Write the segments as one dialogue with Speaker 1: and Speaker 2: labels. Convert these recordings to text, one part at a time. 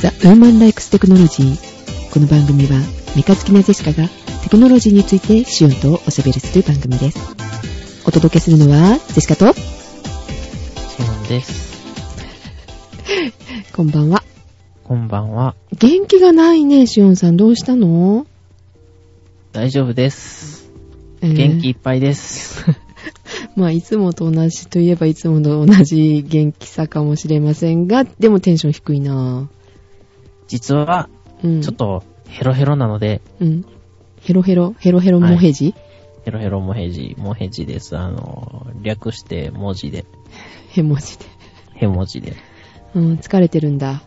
Speaker 1: The Woman Likes Technology この番組はメカ好きなジェシカがテクノロジーについてシオンとおしゃべりする番組ですお届けするのはジェシカと
Speaker 2: シオンです。
Speaker 1: こんばんは
Speaker 2: こんばんは。
Speaker 1: 元気がないねシオンさんどうしたの、
Speaker 2: 大丈夫です。
Speaker 1: えー
Speaker 2: 元気いっぱいです。
Speaker 1: まあいつもと同じといえばいつもと同じ元気さかもしれませんがでもテンション低いな
Speaker 2: 実は、
Speaker 1: うん
Speaker 2: ちょっと、ヘロヘロなので、
Speaker 1: うんヘロヘロヘロヘロモヘジ、
Speaker 2: ヘロヘロモヘジ、モヘジです。あの、略して文字で、
Speaker 1: ヘモジで、
Speaker 2: ヘ文字で。
Speaker 1: うん、疲れてるんだ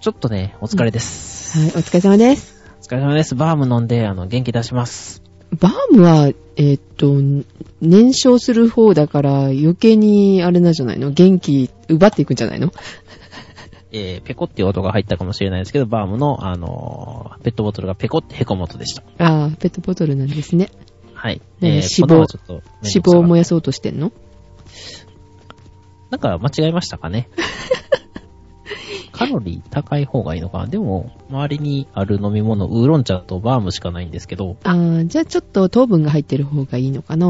Speaker 2: ちょっとね、お疲れです。
Speaker 1: はいお疲れ様です
Speaker 2: お疲れ様です。バーム飲んで、あの、元気出します。
Speaker 1: バームは、えーっと、燃焼する方だから余計にあれなんじゃないの元気奪っていくんじゃないの
Speaker 2: えー、ペコっていう音が入ったかもしれないですけど、バームの、あのーペットボトルがペコってヘコ元でした。
Speaker 1: ああ、ペットボトルなんですね。
Speaker 2: はい。
Speaker 1: ね
Speaker 2: えー
Speaker 1: 脂肪
Speaker 2: 粉はちょっと面倒くさ
Speaker 1: 脂
Speaker 2: かった
Speaker 1: 肪を燃やそうとしてんの
Speaker 2: なんか間違えましたか ね。カロリー高い方がいいのかなでも、周りにある飲み物、ウーロン茶とバームしかないんですけど、
Speaker 1: ああ、じゃあちょっと糖分が入ってる方がいいのかな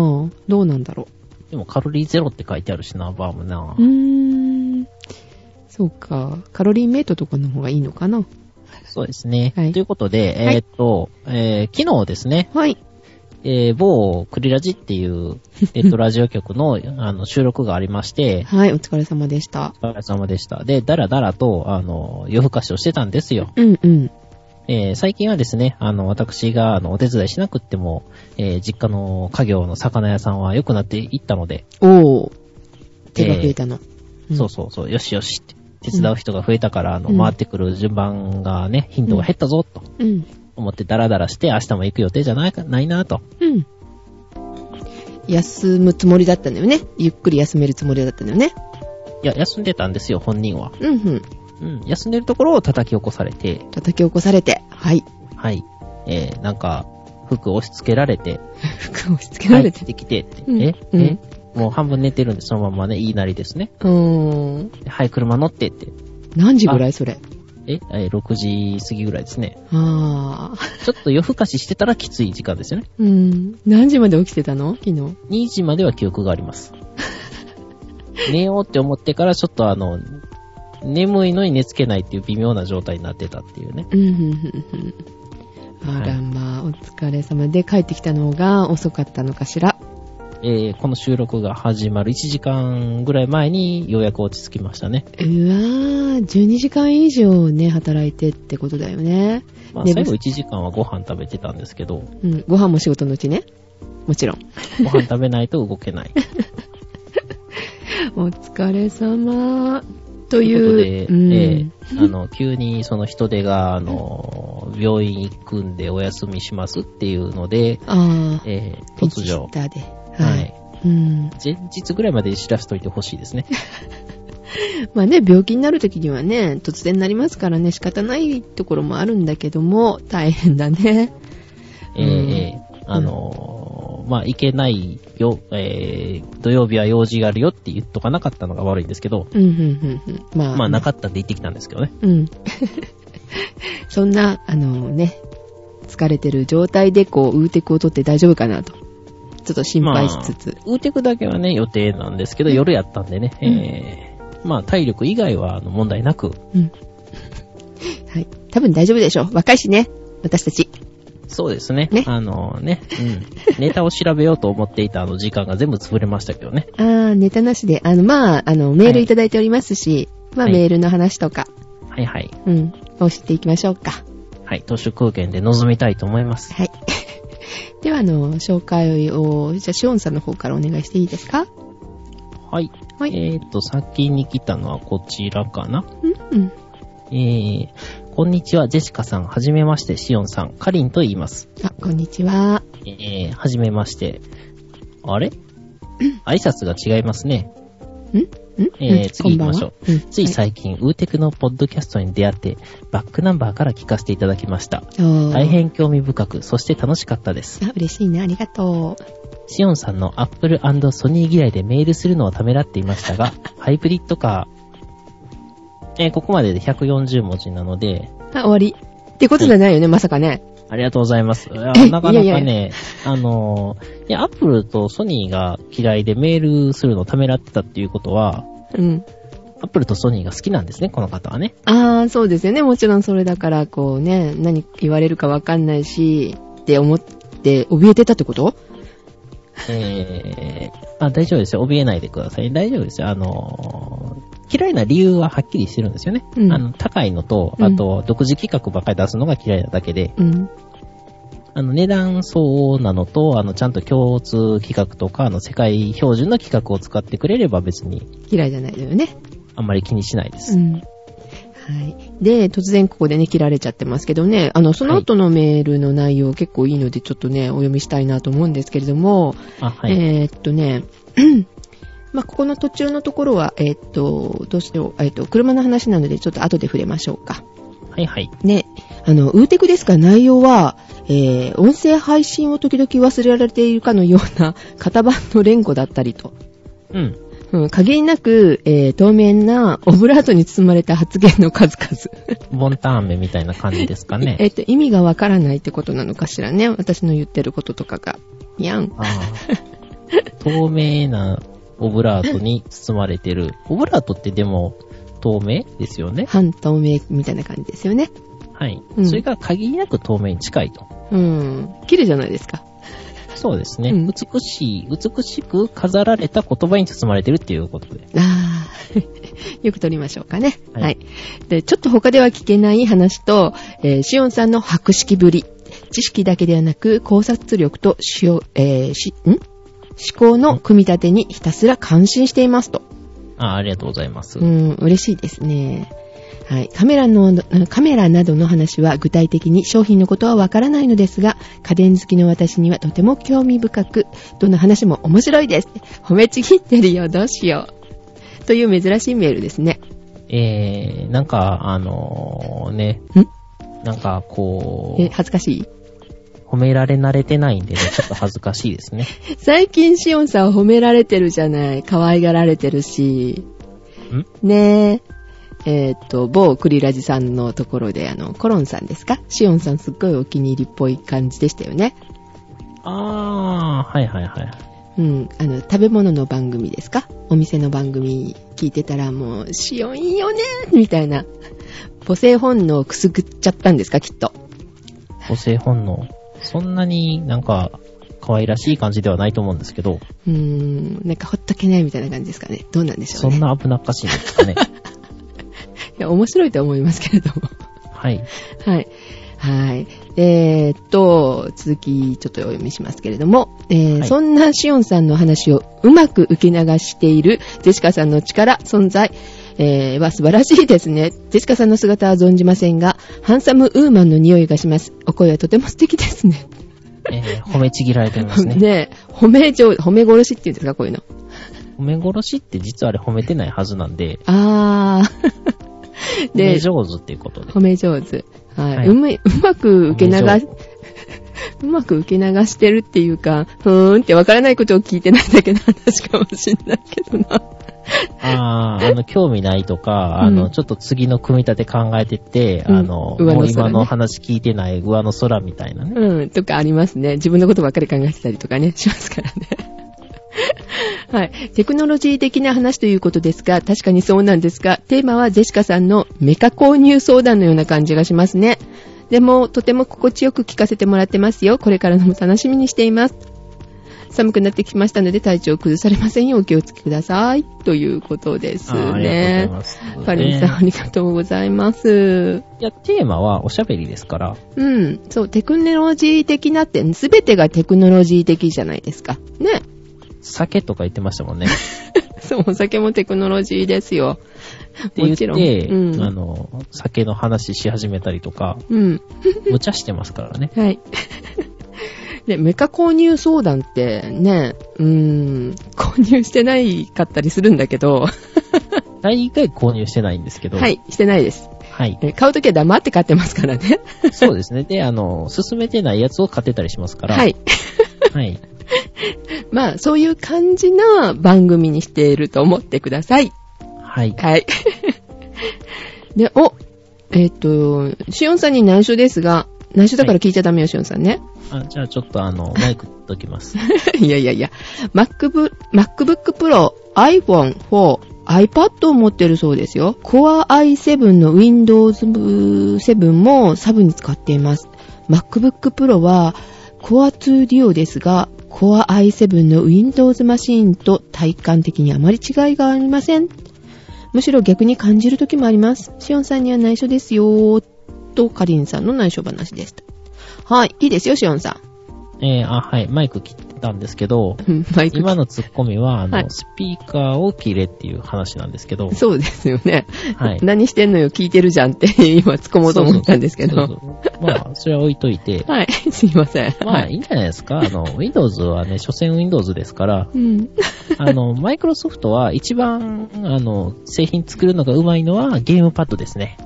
Speaker 1: どうなんだろ
Speaker 2: でもカロリーゼロって書いてあるしな、バームな
Speaker 1: う。う。ーん。そうか。カロリーメイトとかの方がいいのかな
Speaker 2: そうですね。
Speaker 1: はい
Speaker 2: ということで、
Speaker 1: はい
Speaker 2: えーっと、えー昨日ですね、
Speaker 1: はい。
Speaker 2: えー某クリラジっていう、え ーっと、ラジオ局のあの収録がありまして、
Speaker 1: はい、お疲れ様でした。
Speaker 2: お疲れ様でした。で、だらだらと、あの、夜更かしをしてたんですよ。
Speaker 1: うんうん。
Speaker 2: えー最近はですね、あの、私が、あの、お手伝いしなくっても、えー実家の家業の魚屋さんは良くなっていったので、
Speaker 1: おー。手が増えたの。うん
Speaker 2: そうそうそう、よしよしって、手伝う人が増えたから、あ
Speaker 1: う
Speaker 2: の、
Speaker 1: ん
Speaker 2: 回ってくる順番がね、頻度が減ったぞ、と
Speaker 1: うん。
Speaker 2: 思ってダラダラして、明日も行く予定じゃないか、ないなと。
Speaker 1: うん。休むつもりだったんだよね。ゆっくり休めるつもりだったんだよね。
Speaker 2: いや、休んでたんですよ、本人は。
Speaker 1: うんうん。
Speaker 2: うん、休んでるところを叩き起こされて、
Speaker 1: 叩き起こされて、はい。
Speaker 2: はい、えーなんか、服押し付けられて、
Speaker 1: 服を押し付けられて。
Speaker 2: 帰ってきてって、
Speaker 1: うん
Speaker 2: え、
Speaker 1: うん
Speaker 2: え、もう半分寝てるんで、そのままね、言いなりですね。
Speaker 1: うーん。
Speaker 2: ではい、車乗ってって。
Speaker 1: 何時ぐらいそれ。
Speaker 2: え、えー6時過ぎぐらいですね。
Speaker 1: あー。
Speaker 2: ちょっと夜更かししてたらきつい時間ですよね。
Speaker 1: うん。何時まで起きてたの昨日。
Speaker 2: 2時までは記憶があ ります。寝ようって思ってからちょっとあの、眠いのに寝つけないっていう微妙な状態になってたっていうね。
Speaker 1: うん、うん、うん。あ
Speaker 2: は
Speaker 1: ら
Speaker 2: い
Speaker 1: まあ、お疲れ様で帰ってきたのが遅かったのかしら。
Speaker 2: えーこの収録が始まる1時間ぐらい前にようやく落ち着きましたね。
Speaker 1: うわー、12時間以上ね、働いてってことだよね。
Speaker 2: まあ
Speaker 1: 寝
Speaker 2: 最
Speaker 1: 不
Speaker 2: 後1時間はご飯食べてたんですけど、
Speaker 1: うん。ご飯も仕事のうちね。もちろん。
Speaker 2: ご飯食べないと動 けない。
Speaker 1: お疲れ様。と
Speaker 2: と
Speaker 1: い
Speaker 2: いうことで
Speaker 1: う。、うん
Speaker 2: えーあの、急にその人手が、あの、病院行くんでお休みしますっていうので、
Speaker 1: ああ。
Speaker 2: えー
Speaker 1: ピンチ
Speaker 2: 突
Speaker 1: ヒッ
Speaker 2: 如、
Speaker 1: ターで。は
Speaker 2: はい
Speaker 1: う
Speaker 2: い。
Speaker 1: ん。
Speaker 2: 前日ぐらいまで知らせといてほしいで すね。
Speaker 1: まあね、病気になる時にはね、突然なりますからね、仕方ないところもあるんだけども、大変だね。
Speaker 2: えー
Speaker 1: うん
Speaker 2: えーあのーまあ、行けないよ、えー土曜日は用事があるよって言っとかなかったのが悪いんですけど、
Speaker 1: うん、うん、うん、うん。まあ。
Speaker 2: まあ、なかったんで行ってきたんですけどね。
Speaker 1: うん。 そんな、あのね、疲れてる状態でこう、ウーテクを取って大丈夫かなと。ちょっと心配しつつ。
Speaker 2: まあ、ウーテクだけはね、予定なんですけど、夜やったんでね、
Speaker 1: うん
Speaker 2: えーまあ、体力以外はあの問題なく、
Speaker 1: うん。はい。多分大丈夫でしょう。若いしね。私たち。
Speaker 2: そうですね。
Speaker 1: ね
Speaker 2: あのね、うん。ネタを調べようと思っていたあの時間が全部潰れましたけどね。
Speaker 1: あー、ネタなしで。あの、まあ、あの、メールいただいておりますし、まあ、
Speaker 2: はい
Speaker 1: メールの話とか、
Speaker 2: はいはい。
Speaker 1: うん、を知っていきましょうか。
Speaker 2: はい。都市空間で臨みたいと思います。
Speaker 1: はい。 では、あの、紹介を、じゃあ、シオンさんの方からお願いしていいですか
Speaker 2: はい。
Speaker 1: はい
Speaker 2: えっ、と、先に来たのはこちらかな。
Speaker 1: うん、うん。
Speaker 2: えー、こんにちは、ジェシカさん。はじめまして、シオンさん。カリンと言います。
Speaker 1: あ、こんにちは。
Speaker 2: えー、はじめまして。あれ挨拶が違いますね。
Speaker 1: んん
Speaker 2: えー
Speaker 1: うん
Speaker 2: 次行きましょう
Speaker 1: こんばんはうん
Speaker 2: つい最近、ウーテクのポッドキャストに出会って、バックナンバーから聞かせていただきました。
Speaker 1: 大
Speaker 2: 大。変興味深く、そして楽しかったです。
Speaker 1: あ、嬉しいね。ありがとう。
Speaker 2: シオンさんの Apple ソニー嫌いでメールするのをためらっていましたが、ハイブリッドカー、えーここまでで140文字なので、
Speaker 1: あ、終わり。ってことじゃないよね、まさかね。
Speaker 2: ありがとうございます。いや
Speaker 1: え
Speaker 2: なかなかね、
Speaker 1: いやい
Speaker 2: あのー、いや、アップルとソニーが嫌いでメールするのをためらってたっていうことは、
Speaker 1: うん。
Speaker 2: アップルとソニーが好きなんですね、この方 はね。
Speaker 1: ああ、そうですよね。もちろんそれだから、こうね、何言われるかわかんないし、って思って、怯えてたってこと
Speaker 2: えー、あ、大丈夫ですよ。怯えないでください。大丈夫ですよ。あのー、嫌いな理由ははっきりしてるんですよね。
Speaker 1: うん
Speaker 2: あの、高いのと、あと、独自企画ばっかり出すのが嫌いなだけで、
Speaker 1: うん。
Speaker 2: あの、値段相応なのと、あの、ちゃんと共通企画とか、あの、世界標準の企画を使ってくれれば別に、
Speaker 1: 嫌いじゃないのよね。
Speaker 2: あんまり気にしないです。
Speaker 1: うん。はい。で、突然ここでね、切られちゃってますけどね、あの、その後のメールの内容結構いいので、ちょっとね、お読みしたいなと思うんですけれども、
Speaker 2: あ、はい。
Speaker 1: えーっとね、 まあ、ここの途中のところは、えーっと、どうしよう、えーっと、車の話なので、ちょっと後で触れましょうか。
Speaker 2: はいはい。
Speaker 1: ね、あの、ウーテクですが内容は、えー、音声配信を時々忘れられているかのような型番の連呼だったりと、
Speaker 2: うん。
Speaker 1: うん、限りなく、えー、透明なオブラートに包まれた発言の数々。
Speaker 2: ボンターンメみたいな感じですか
Speaker 1: え
Speaker 2: ね。
Speaker 1: っと、意味がわからないってことなのかしらね。私の言ってることとかが。にゃん。
Speaker 2: あー透明なオブラートに包まれてる。オブラートってでも、透明ですよね。
Speaker 1: 半透明みたいな感じですよね。
Speaker 2: はい。
Speaker 1: うん
Speaker 2: それが限りなく透明に近いと。
Speaker 1: うん。綺麗じゃないですか。
Speaker 2: そうですね。
Speaker 1: うん
Speaker 2: 美しい、美しく飾られた言葉に包まれてるっていうことで。
Speaker 1: あー よく取りましょうかね。は、
Speaker 2: はいい
Speaker 1: で、ちょっと他では聞けない話と、えーシオンさんの博識ぶり。知識だけではなく、考察力としお、えーし、ん思考の組み立てにひたすら感心していますと。
Speaker 2: あーありがとうございます。
Speaker 1: うん、嬉しいですね。はい。カメラの、カメラなどの話は具体的に商品のことはわからないのですが、家電好きの私にはとても興味深く、どの話も面白いです。褒めちぎってるよ、どうしよう。という珍しいメールですね。
Speaker 2: えー、なんか、あのーね、
Speaker 1: ん
Speaker 2: なんか、こ
Speaker 1: え、
Speaker 2: う、
Speaker 1: 恥ずかしい
Speaker 2: 褒められ慣れてないんでね、ちょっと恥ずかしいですね。
Speaker 1: 最近シオンさん褒められてるじゃない。可愛がられてるし。
Speaker 2: ん
Speaker 1: ねえ。えーっと、某クリラジさんのところで、あの、コロンさんですかシオンさんすっごいお気に入りっぽい感じでしたよね。
Speaker 2: あー、はいはいはい。
Speaker 1: うん、あの、食べ物の番組ですかお店の番組聞いてたらもう、塩いいよねみたいな。母性本能をくすぐっちゃったんですかきっと。
Speaker 2: 母性本能。そんなになんか、可愛らしい感じではないと思うんですけど、
Speaker 1: うーん、なんかほっとけないみたいな感じですかね。どうなんでしょ
Speaker 2: そう
Speaker 1: ね。
Speaker 2: んな危なっかしいんです かね。
Speaker 1: いや、面白いと思いますけれども。
Speaker 2: はい。
Speaker 1: はい。はい。えーっと、続き、ちょっとお読みしますけれども、えー
Speaker 2: はい
Speaker 1: そんなシオンさんの話をうまく受け流しているジェシカさんの力、存在、えーは素晴らしいですね。ジェシカさんの姿は存じませんが、ハンサムウーマンの匂いがします。お声はとても素敵ですね。
Speaker 2: えー褒めちぎられてますね。
Speaker 1: ねえ褒め上、褒め殺しっていうんですか、こういうの。
Speaker 2: 褒め殺しって実はあれ褒めてないはずなんで、
Speaker 1: あー。
Speaker 2: 褒め上手っていうことで。
Speaker 1: 褒め上手。はい。
Speaker 2: はいう
Speaker 1: め、うまく受け流
Speaker 2: 褒め
Speaker 1: し
Speaker 2: 上、手
Speaker 1: うまく受け流してるっていうか、ふーんってわからないことを聞いてないだけの話かもしんないけどな。
Speaker 2: ああ、あの、興味ないとか、あ
Speaker 1: う
Speaker 2: の、
Speaker 1: ん
Speaker 2: ちょっと次の組み立て考えてて、
Speaker 1: うん
Speaker 2: あの、
Speaker 1: 上の空ね
Speaker 2: もう今の話聞いてない上の空みたいなね。
Speaker 1: うん、とかありますね。自分のことばっかり考えてたりとかね、 しますからね。はい。テクノロジー的な話ということですが、確かにそうなんですが、テーマはジェシカさんのメカ購入相談のような感じがしますね。でも、とても心地よく聞かせてもらってますよ。これからのも楽しみにしています。寒くなってきましたので、体調を崩されませんようお気をつけください。ということです
Speaker 2: あーありがとう
Speaker 1: ね
Speaker 2: ござい。ます。
Speaker 1: カリンさん、あ
Speaker 2: ね
Speaker 1: りがとうございます。
Speaker 2: いや、テーマはおしゃべりですから、
Speaker 1: うん。そう、テクノロジー的なって、すべてがテクノロジー的じゃないですか。ね。
Speaker 2: 酒とか言ってましたもんね。
Speaker 1: そう、お酒もテクノロジーですよ。
Speaker 2: って言
Speaker 1: も
Speaker 2: っ
Speaker 1: ち
Speaker 2: て、
Speaker 1: ろん。うん。
Speaker 2: あの、酒の話し始めたりとか、
Speaker 1: うん。
Speaker 2: 無茶してますからね。
Speaker 1: はい。 で、メカ購入相談ってね、うーん、購入してないかったりするんだけど、
Speaker 2: 大概購入してないんですけど、
Speaker 1: は。い、してないです。
Speaker 2: はい。
Speaker 1: え買うときは黙って買ってますからね。
Speaker 2: そうですね。で、あの、進めてないやつを買ってたりしますから、
Speaker 1: は。い。
Speaker 2: はい。
Speaker 1: まあ、そういう感じな番組にしていると思ってください。
Speaker 2: はい。
Speaker 1: はい。 で、お、えっ、と、しおんさんに内緒ですが、内緒だから聞いちゃダメよ、しおんさんね。
Speaker 2: あ、じゃあちょっとあの、マイク取っときます。
Speaker 1: いやいやいや、MacBook, MacBook Pro、iPhone 4、iPad を持ってるそうですよ。Core i7 の Windows 7もサブに使っています。MacBook Pro は Core 2 Duo ですが、Core i7 の Windows マシーンと体感的にあまり違いがありません。むしろ逆に感じる時もあります。シオンさんには内緒ですよ。と、カリンさんの内緒話でした。はい、いいですよ、シオンさ
Speaker 2: えー、あ、はい、マイク切ったんですけ
Speaker 1: ん
Speaker 2: ど、
Speaker 1: うん。マイク
Speaker 2: 今のツッコミは、あの、
Speaker 1: はい
Speaker 2: スピーカーを切れっていう話なんですけど、
Speaker 1: そうですよね。
Speaker 2: はい。
Speaker 1: 何してんのよ、聞いてるじゃんって今突っ込もうと思ったんですけ
Speaker 2: そ
Speaker 1: ど
Speaker 2: う。そうまあ、それは置いといて、
Speaker 1: はい、すいません。
Speaker 2: ま
Speaker 1: は
Speaker 2: あ、い
Speaker 1: い。
Speaker 2: いんじゃないですか。あの、Windows はね、所詮 Windows ですから、
Speaker 1: うん。
Speaker 2: あの、マイクロソフトは一番、あの、製品作るのがうまいのはゲームパッドですね。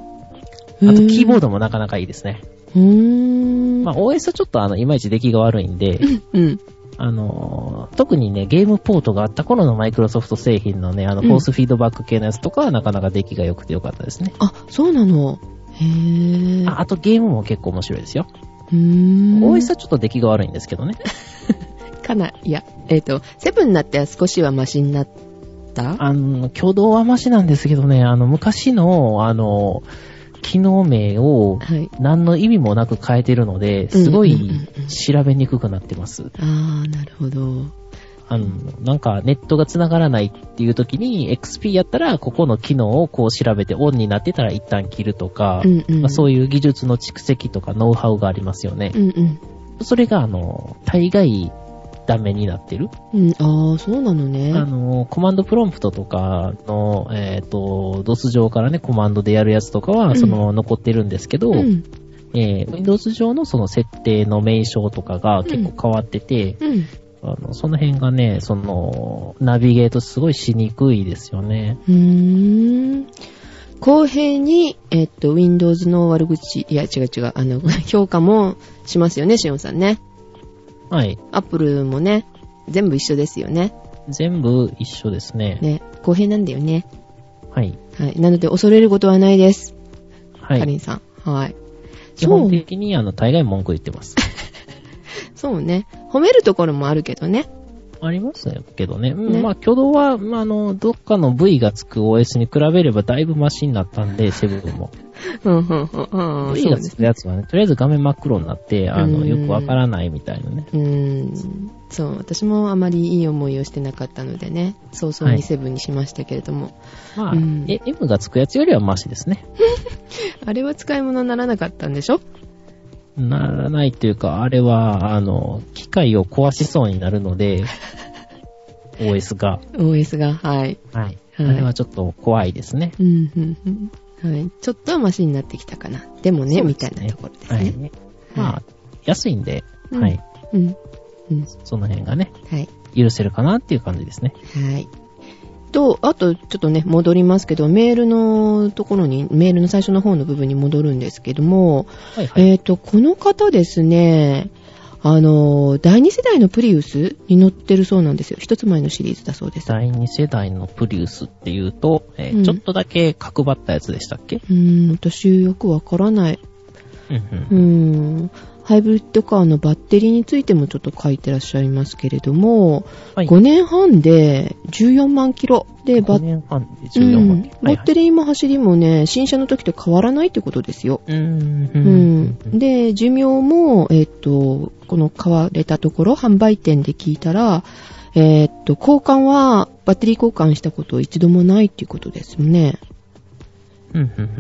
Speaker 2: あと、キーボードもなかなかいいですね。
Speaker 1: うーん。
Speaker 2: まあ、OS はちょっとあの、いまいち出来が悪いんで、
Speaker 1: うん。
Speaker 2: あのー、特にね、ゲームポートがあった頃のマイクロソフト製品のね、あの、フォースフィードバック系のやつとかはなかなか出来が良くて良かったですね。
Speaker 1: あ、そうなの。へぇー。
Speaker 2: ああとゲームも結構面白いですよ。
Speaker 1: うーん。
Speaker 2: OS はちょっと出来が悪いんですけどね。
Speaker 1: かな、いや、えっ、と、セブンになって少しはマシになった
Speaker 2: あの、挙動はマシなんですけどね、あの、昔の、あの、機能名を
Speaker 1: はい。
Speaker 2: 何の意味もなく変えてるので、すご
Speaker 1: うんうんうん
Speaker 2: い調べにくくなってます。
Speaker 1: あー、なるほど。
Speaker 2: あの、なんかネットが繋がらないっていう時に、XP やったら、ここの機能をこう調べてオンになってたら一旦切るとか、
Speaker 1: うんうん。
Speaker 2: まあ、そうういう技術の蓄積とかノウハウがありますよね。
Speaker 1: んうん。
Speaker 2: それが、あの、大概ダメになってる。
Speaker 1: うん、あー、そうなのね。
Speaker 2: あの、コマンドプロンプトとかの、えっ、と、DOS 上からね、コマンドでやるやつとか
Speaker 1: うん
Speaker 2: は、そのまま残ってるんですけど、
Speaker 1: うん。
Speaker 2: えー Windows 上のその設定の名称とかが結構変わってて、
Speaker 1: うん。
Speaker 2: あのその辺がね、その、ナビゲートすごいしにくいですよね。
Speaker 1: うーん。公平に、えっと、Windows の悪口、いや、違う違う、あの、 評価もしますよね、しおんさんね。
Speaker 2: はい。
Speaker 1: Apple もね、全部一緒ですよね。
Speaker 2: 全部一緒ですね。
Speaker 1: ね、公平なんだよね。
Speaker 2: はい。
Speaker 1: はい。なので、恐れることはないです。
Speaker 2: は
Speaker 1: かり
Speaker 2: い。
Speaker 1: んさん。はい。
Speaker 2: 基
Speaker 1: そ
Speaker 2: 本
Speaker 1: う、
Speaker 2: 的に、あの、大概文句言ってます。
Speaker 1: そうね。褒めるところもあるけどね。
Speaker 2: ありますけどね。うん
Speaker 1: ね
Speaker 2: まあ、挙動は、まあ、あの、どっかの部位がつく OS に比べればだいぶマシになったんで、セブン も。
Speaker 1: うん、うん、うん、うん。
Speaker 2: 部位
Speaker 1: そう
Speaker 2: が
Speaker 1: で
Speaker 2: つ
Speaker 1: す。
Speaker 2: くやつはね、とりあえず画面真っ黒になって、あ
Speaker 1: う
Speaker 2: の、
Speaker 1: ん
Speaker 2: よくわからないみたいなね。
Speaker 1: うーん。そう、私もあまりいい思いをしてなかったのでね、早々
Speaker 2: は
Speaker 1: に
Speaker 2: い
Speaker 1: セブンにしましたけれども、
Speaker 2: まあ、
Speaker 1: うん
Speaker 2: え M がつくやつよりはマシですね。
Speaker 1: あれは使い物にならなかったんでしょ
Speaker 2: ならないというか、あれは、あの、機械を壊しそうになるの で、OS が。
Speaker 1: ?OS が、はい。
Speaker 2: はい。あ
Speaker 1: はい
Speaker 2: れはちょっと怖いですね。
Speaker 1: うん、うん、うん。はい。ちょっとはマシになってきたかな。でもね、
Speaker 2: そう
Speaker 1: み
Speaker 2: で
Speaker 1: たい
Speaker 2: すね
Speaker 1: なところです
Speaker 2: は
Speaker 1: ね。
Speaker 2: い。まあ、安いんで、
Speaker 1: うん
Speaker 2: はい。
Speaker 1: うん。うん。
Speaker 2: その辺がね、
Speaker 1: はい。
Speaker 2: 許せるかなっていう感じですね。
Speaker 1: はい。と、あと、ちょっとね、戻りますけど、メールのところに、メールの最初の方の部分に戻るんですけども、
Speaker 2: はいはい。
Speaker 1: えっ、と、この方ですね、あの、第2世代のプリウスに乗ってるそうなんですよ。一つ前のシリーズだそうです。う
Speaker 2: 第2世代のプリウスっていうと、えー
Speaker 1: うん
Speaker 2: ちょっとだけ角張ったやつでしたっけ、
Speaker 1: ーん、私よくわからない。
Speaker 2: うんう、
Speaker 1: うんーん、ハイブリッドカーのバッテリーについてもちょっと書いてらっしゃいますけれども、
Speaker 2: はい。
Speaker 1: 5年半で14万キロでバ
Speaker 2: 5
Speaker 1: ッ
Speaker 2: 年半で14万。
Speaker 1: うん、バッテリーも走りもね、新車の時と変わらないってことですよ。
Speaker 2: リー。うんう
Speaker 1: うんん。で、寿命も、えっと、この買われたところ、販売店で聞いたら、えっと、交換は、バッテリー交換したこと一度もないっていうことですよね。
Speaker 2: うんうんうん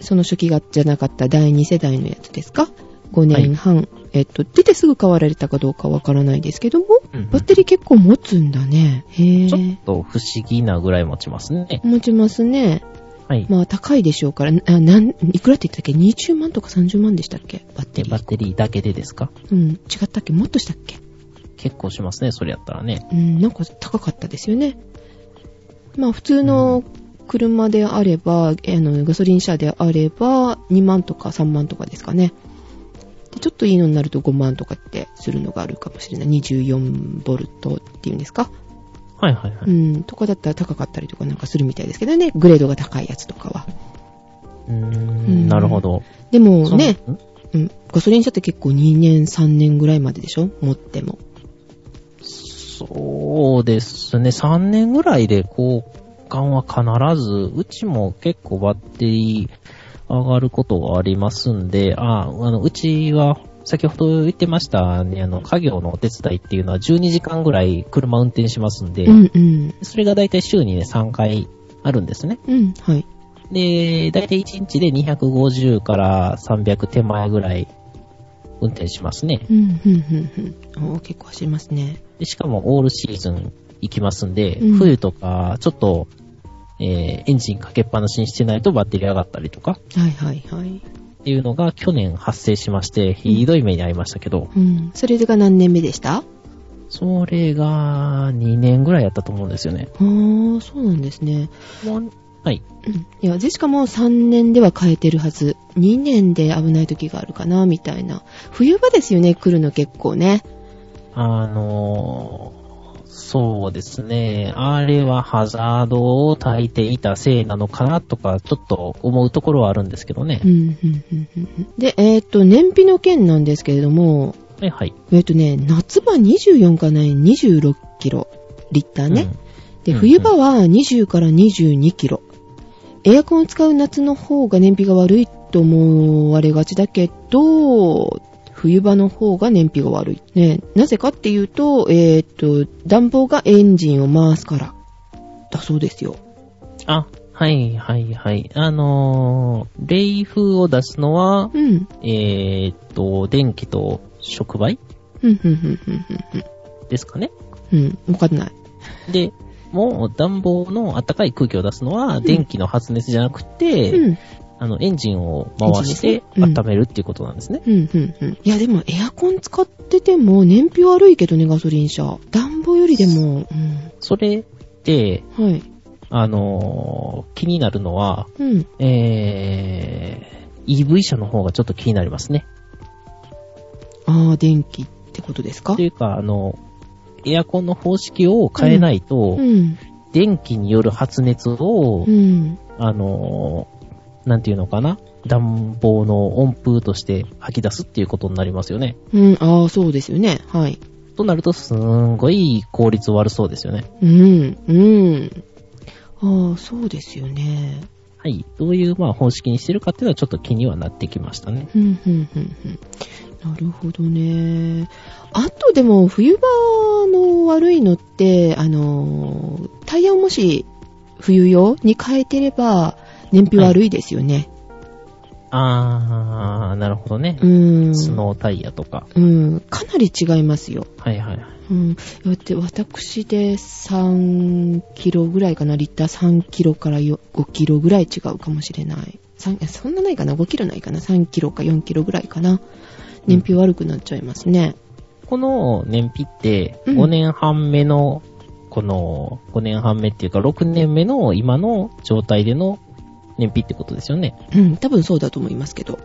Speaker 1: その初期がじゃなかった第2世代のやつですか ?5 年半。えっと、出てすぐ買われたかどうかわからないですけども、
Speaker 2: うんうん
Speaker 1: バッテリー結構持つんだね。へ
Speaker 2: ちょ
Speaker 1: え
Speaker 2: っ。と不思議なぐらい持ちますね。
Speaker 1: 持ちますね。
Speaker 2: はい。
Speaker 1: まあ高いでしょうから、あなんいくらって言ってたっけ ?20 万とか30万でしたっけバッテ
Speaker 2: で、
Speaker 1: リー。
Speaker 2: バッテリーだけでですか
Speaker 1: うん、違ったっけもっとしたっけ
Speaker 2: 結構しますね、それやったらね。
Speaker 1: うん、なんか高かったですよね。まあ普通の車であれば、えあのガソリン車であれば、2万とか3万とかですかね。でちょっといいのになると5万とかってするのがあるかもしれない。24ボルトっていうんですか、
Speaker 2: はいはいは
Speaker 1: う
Speaker 2: い。
Speaker 1: ん、とかだったら高かったりとかなんかするみたいですけどね。グレードが高いやつとかは。
Speaker 2: うー
Speaker 1: ん
Speaker 2: ん、なるほど。
Speaker 1: でも
Speaker 2: その
Speaker 1: ね、
Speaker 2: ん
Speaker 1: うん、ガソリン車って結構2年、3年ぐらいまででしょ持っても。
Speaker 2: そうですね。3年ぐらいで交換は必ず、うちも結構バッテリー上がることがありますんで、ああの、うちは、先ほど言ってましたね、あの、家業のお手伝いっていうのは12時間ぐらい車運転しますんで、
Speaker 1: うんうん。
Speaker 2: それがだいたい週にね、3回あるんですね。
Speaker 1: うん、はい。
Speaker 2: で、だいたい1日で250から300手前ぐらい運転しますね。
Speaker 1: うん、うん、うん、うん。おー結構走りますね。
Speaker 2: でしかもオールシーズン行きますんで、
Speaker 1: うん
Speaker 2: 冬とか、ちょっと、えーエンジンかけっぱなしにしてないとバッテリー上がったりとか
Speaker 1: はい、はい、はい。
Speaker 2: っていうのが去年発生しまして、ひどい目に遭いましたけど、
Speaker 1: うん。それが何年目でした
Speaker 2: それが2年ぐらいやったと思うんですよね。
Speaker 1: あー、そうなんですね。
Speaker 2: もうはい。
Speaker 1: うん。いや、ジェシカも3年では変えてるはず。2年で危ない時があるかな、みたいな。冬場ですよね、来るの結構ね。
Speaker 2: あのーそうですね。あれはハザードを焚いていたせいなのかなとか、ちょっと思うところはあるんですけどね
Speaker 1: う。ん、うん、うん、うんうん。で、えーっと、燃費の件なんですけれども、
Speaker 2: はいはい。
Speaker 1: えっとね、夏場24からね、26キロリッターね。
Speaker 2: うん
Speaker 1: で、
Speaker 2: うん
Speaker 1: 冬場は20から22キロ。エアコンを使う夏の方が燃費が悪いと思われがちだけど、冬場の方が燃費が悪い。ね、なぜかっていうと、えーっと、暖房がエンジンを回すから。だそうですよ。
Speaker 2: あ、はい、はい、はい。あのー、冷風を出すのは、
Speaker 1: うん。
Speaker 2: えー、っと、電気と触媒
Speaker 1: ふんふんふんふんふん
Speaker 2: ですかね。
Speaker 1: ふん。うん、わかんない。
Speaker 2: で、もう暖房の暖かい空気を出すのは、
Speaker 1: ん
Speaker 2: 電気の発熱じゃなくて、
Speaker 1: うん。
Speaker 2: あの、エンジンを回し
Speaker 1: エンジ
Speaker 2: て
Speaker 1: ンですねうん
Speaker 2: 温めるっていうことなんですね。
Speaker 1: うん、うん、うん。いや、でもエアコン使ってても燃費悪いけどね、ガソリン車。暖房よりでも、う
Speaker 2: それって、
Speaker 1: ん。はい。
Speaker 2: あのー気になるのは、
Speaker 1: うん。
Speaker 2: えー、EV 車の方がちょっと気になりますね。
Speaker 1: ああ、電気ってことですか
Speaker 2: というか、あの、エアコンの方式を変えないと、
Speaker 1: うん。
Speaker 2: 電気による発熱を、
Speaker 1: うん。
Speaker 2: あのー、なんていうのかな暖房の温風として吐き出すっていうことになりますよね。
Speaker 1: うん。ああ、そうですよね。はい。
Speaker 2: となると、すんごい効率悪そうですよね。
Speaker 1: うん。うん。ああ、そうですよね。
Speaker 2: はい。どういう、まあ、方式にしてるかっていうのはちょっと気にはなってきましたね。
Speaker 1: うん、うん、うん、うん。なるほどね。あとでも、冬場の悪いのって、あのー、タイヤをもし冬用に変えてれば、燃費悪いですよね。
Speaker 2: あー、なるほどね
Speaker 1: う。ん。
Speaker 2: スノータイヤとか。
Speaker 1: うん。かなり違いますよ。
Speaker 2: はいはいはい。
Speaker 1: うん、だって私で3キロぐらいかな、リッター3キロからよ5キロぐらい違うかもしれない。三いやそんなないかな、5キロないかな、3キロか4キロぐらいかな。燃費悪くなっちゃいますね。
Speaker 2: この燃費って、
Speaker 1: うん
Speaker 2: 5年半目の、この、5年半目っていうか、6年目の今の状態での燃費ってことですよね。
Speaker 1: うん、多分そうだと思いますけど。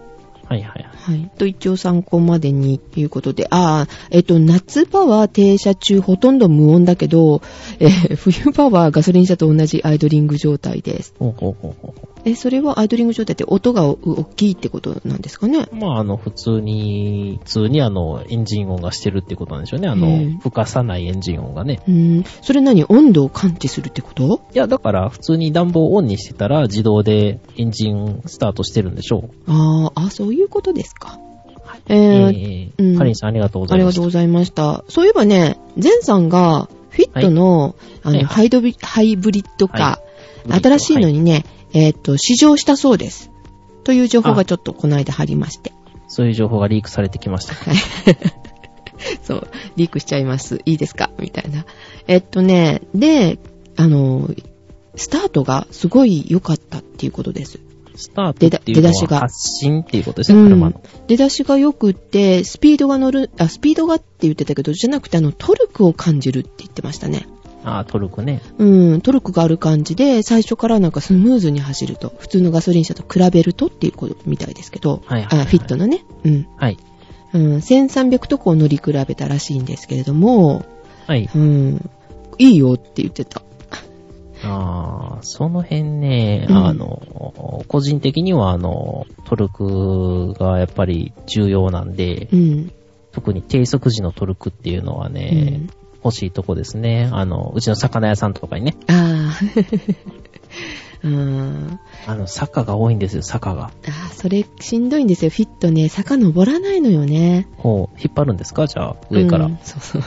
Speaker 2: はいはいはい。
Speaker 1: はい。と、一応参考までにっていうことで、ああ、えっと、夏場は停車中ほとんど無音だけど、えー冬場はガソリン車と同じアイドリング状態です。
Speaker 2: ほうほうほうほうほ
Speaker 1: え、それはアイドリング状態って音がお大きいってことなんですかね
Speaker 2: う。まあ、あの、普通に、普通にあの、エンジン音がしてるってことなんでしょうね。あ
Speaker 1: う
Speaker 2: の
Speaker 1: ん、
Speaker 2: 吹かさないエンジン音がね。
Speaker 1: うん、それ何温度を感知するってこと
Speaker 2: いや、だから、普通に暖房をオンにしてたら、自動でエンジンスタートしてるんでしょ
Speaker 1: あーあ、そういうことですか。え
Speaker 2: う。
Speaker 1: ー
Speaker 2: え
Speaker 1: うん
Speaker 2: ー、カリンさんありがとうござ
Speaker 1: あ
Speaker 2: い
Speaker 1: り
Speaker 2: ま
Speaker 1: が
Speaker 2: し
Speaker 1: とう。
Speaker 2: た
Speaker 1: ございました。そういえばね、ゼンさんが、フィットの、あの、
Speaker 2: はい
Speaker 1: ハイドビ、ハイブリッドか、
Speaker 2: はい
Speaker 1: 新しいのにね、えーっと、試乗したそうです。という情報がちょっとこの間入りまして。
Speaker 2: そういう情報がリークされてきました。
Speaker 1: そう、リークしちゃいます。いいですかみたいな。えっとね、で、あの、スタートがすごい良かったっていうことです。
Speaker 2: スタートっていうの
Speaker 1: 出だ出だしが
Speaker 2: は発進っていうことですね、車の。
Speaker 1: うん、出だしが良くって、スピードが乗る、あ、スピードがって言ってたけど、じゃなくて、あの、トルクを感じるって言ってましたね。
Speaker 2: ああ、トルクね。
Speaker 1: うん、トルクがある感じで、最初からなんかスムーズに走ると。普通のガソリン車と比べるとっていうことみたいですけど、
Speaker 2: はいはいはい
Speaker 1: あ、フィットのね。うん。
Speaker 2: はい。
Speaker 1: うん、1300とこう乗り比べたらしいんですけれども、
Speaker 2: はい。
Speaker 1: うん、いいよって言ってた。
Speaker 2: あーその辺ね、
Speaker 1: うん
Speaker 2: あの、個人的にはあの、トルクがやっぱり重要なんで、
Speaker 1: うん。
Speaker 2: 特に低速時のトルクっていうのはね、
Speaker 1: うん
Speaker 2: 欲しいとこですね。あの、うちの魚屋さんとかにね、
Speaker 1: あ あ。うん
Speaker 2: あの、坂が多いんですよ、坂が。
Speaker 1: あーそれしんどいんですよ。フィットね、坂登らないのよね。
Speaker 2: ほう、引っ張るんですかじゃあ、上から。
Speaker 1: うんそう そう。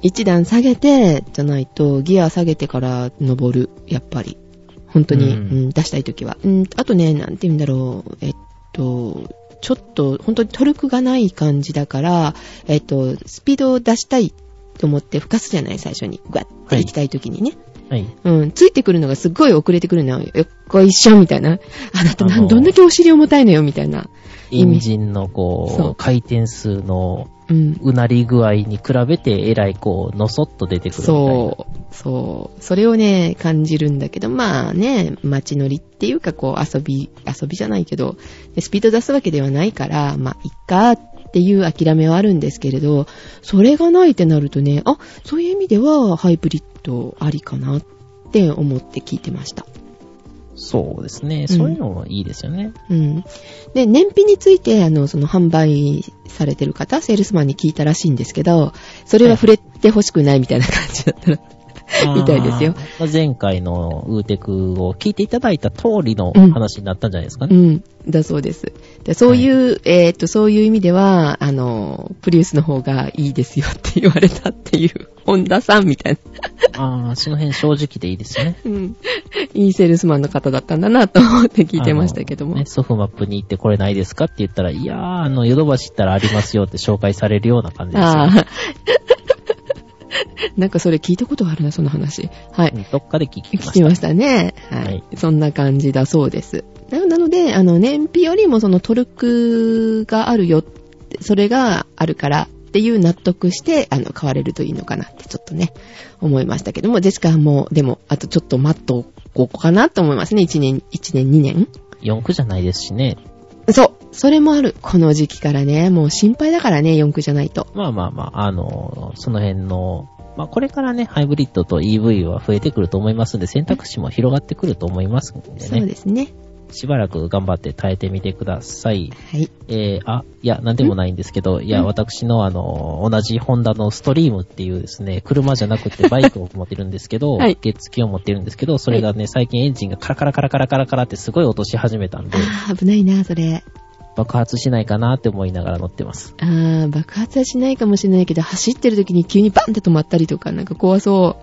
Speaker 1: 一段下げて、じゃないと、ギア下げてから登る、やっぱり。本当に、う
Speaker 2: うんん
Speaker 1: 出したいときは。うん、あとね、なんて言うんだろう。えっと、ちょっと、本当にトルクがない感じだから、えっと、スピードを出したいと思って、ふかすじゃない、最初に。ぐわって行きたいときにね。
Speaker 2: はい。
Speaker 1: うん、ついてくるのがすっごい遅れてくるのよ。よっこいしょ、みたいな。あなたな
Speaker 2: あの
Speaker 1: ん、どんだけお尻重たいのよ、みたいな。
Speaker 2: エンジンの
Speaker 1: そ
Speaker 2: こ
Speaker 1: う
Speaker 2: う、回転数の
Speaker 1: うん。
Speaker 2: うなり具合に比べて、えらいこう、のそっと出てくるみたいな。
Speaker 1: そう、そう。それをね、感じるんだけど、まあね、街乗りっていうか、こう、遊び、遊びじゃないけど、でスピード出すわけではないから、まあ、いっかっていう諦めはあるんですけれど、それがないってなるとね、あ、そういう意味では、ハイブリッドありかなって思って聞いてました。
Speaker 2: そうですね。そういうのはいいですよね。
Speaker 1: うん。で、燃費について、あの、その販売されてる方、セールスマンに聞いたらしいんですけど、それは触れてほしくないみたいな感じだったら、
Speaker 2: あー
Speaker 1: みたいですよ。
Speaker 2: まあ前回のウーテクを聞いていただいた通りの
Speaker 1: うん
Speaker 2: 話になったんじゃないですか
Speaker 1: う
Speaker 2: ね。
Speaker 1: ん、だそうです。でそういう、えーっと、そういう意味では、あの、プリウスの方がいいですよって言われたっていう、 本田さんみたいな、
Speaker 2: ああ、その辺正直でいいですよね。
Speaker 1: うん、いいセールスマンの方だったんだなと思って聞いてましたけども。
Speaker 2: あのね、ソフマップに行ってこれないですかって言ったら、いやー、あの、ヨドバシ行ったらありますよって紹介されるような感じですよ、
Speaker 1: あ
Speaker 2: ね。
Speaker 1: あ。 なんかそれ聞いたことがあるな、その話。はい。
Speaker 2: うんどっかで聞きま
Speaker 1: 聞
Speaker 2: し
Speaker 1: き
Speaker 2: た。
Speaker 1: ましたね。はい。
Speaker 2: はい
Speaker 1: そんな感じだそうです。ななので、あの、燃費よりもそのトルクがあるよって、それがあるからっていう納得して、あの、買われるといいのかなってちょっとね、思いましたけども、ジェシカも、でも、あとちょっと待っとこうかなと思いますね。1年、1年、2年。
Speaker 2: 4区じゃないですしね。
Speaker 1: そう。それもある。この時期からね、もう心配だからね、4駆じゃないと。
Speaker 2: まあまあまあ、あの、その辺の、まあこれからね、ハイブリッドと EV は増えてくると思いますんで、選択肢も広がってくると思いますんで
Speaker 1: そう
Speaker 2: ね。
Speaker 1: ですね。
Speaker 2: しばらく頑張って耐えてみてください。
Speaker 1: はい。
Speaker 2: えー、あ、いや、なんでもないんですけど、いや、私のあの、同じホンダのストリームっていうですね、車じゃなくてバイクを持ってるんですけど、
Speaker 1: はい
Speaker 2: 月付を持ってるんですけど、それがね、最近エンジンがカラカラカラカラカラカラってすごい落とし始めたんで、
Speaker 1: あー危ないな、それ。
Speaker 2: 爆発しないかなって思いながら乗ってます。
Speaker 1: あー爆発はしないかもしれないけど、走ってる時に急にバンって止まったりとか、なんか怖そ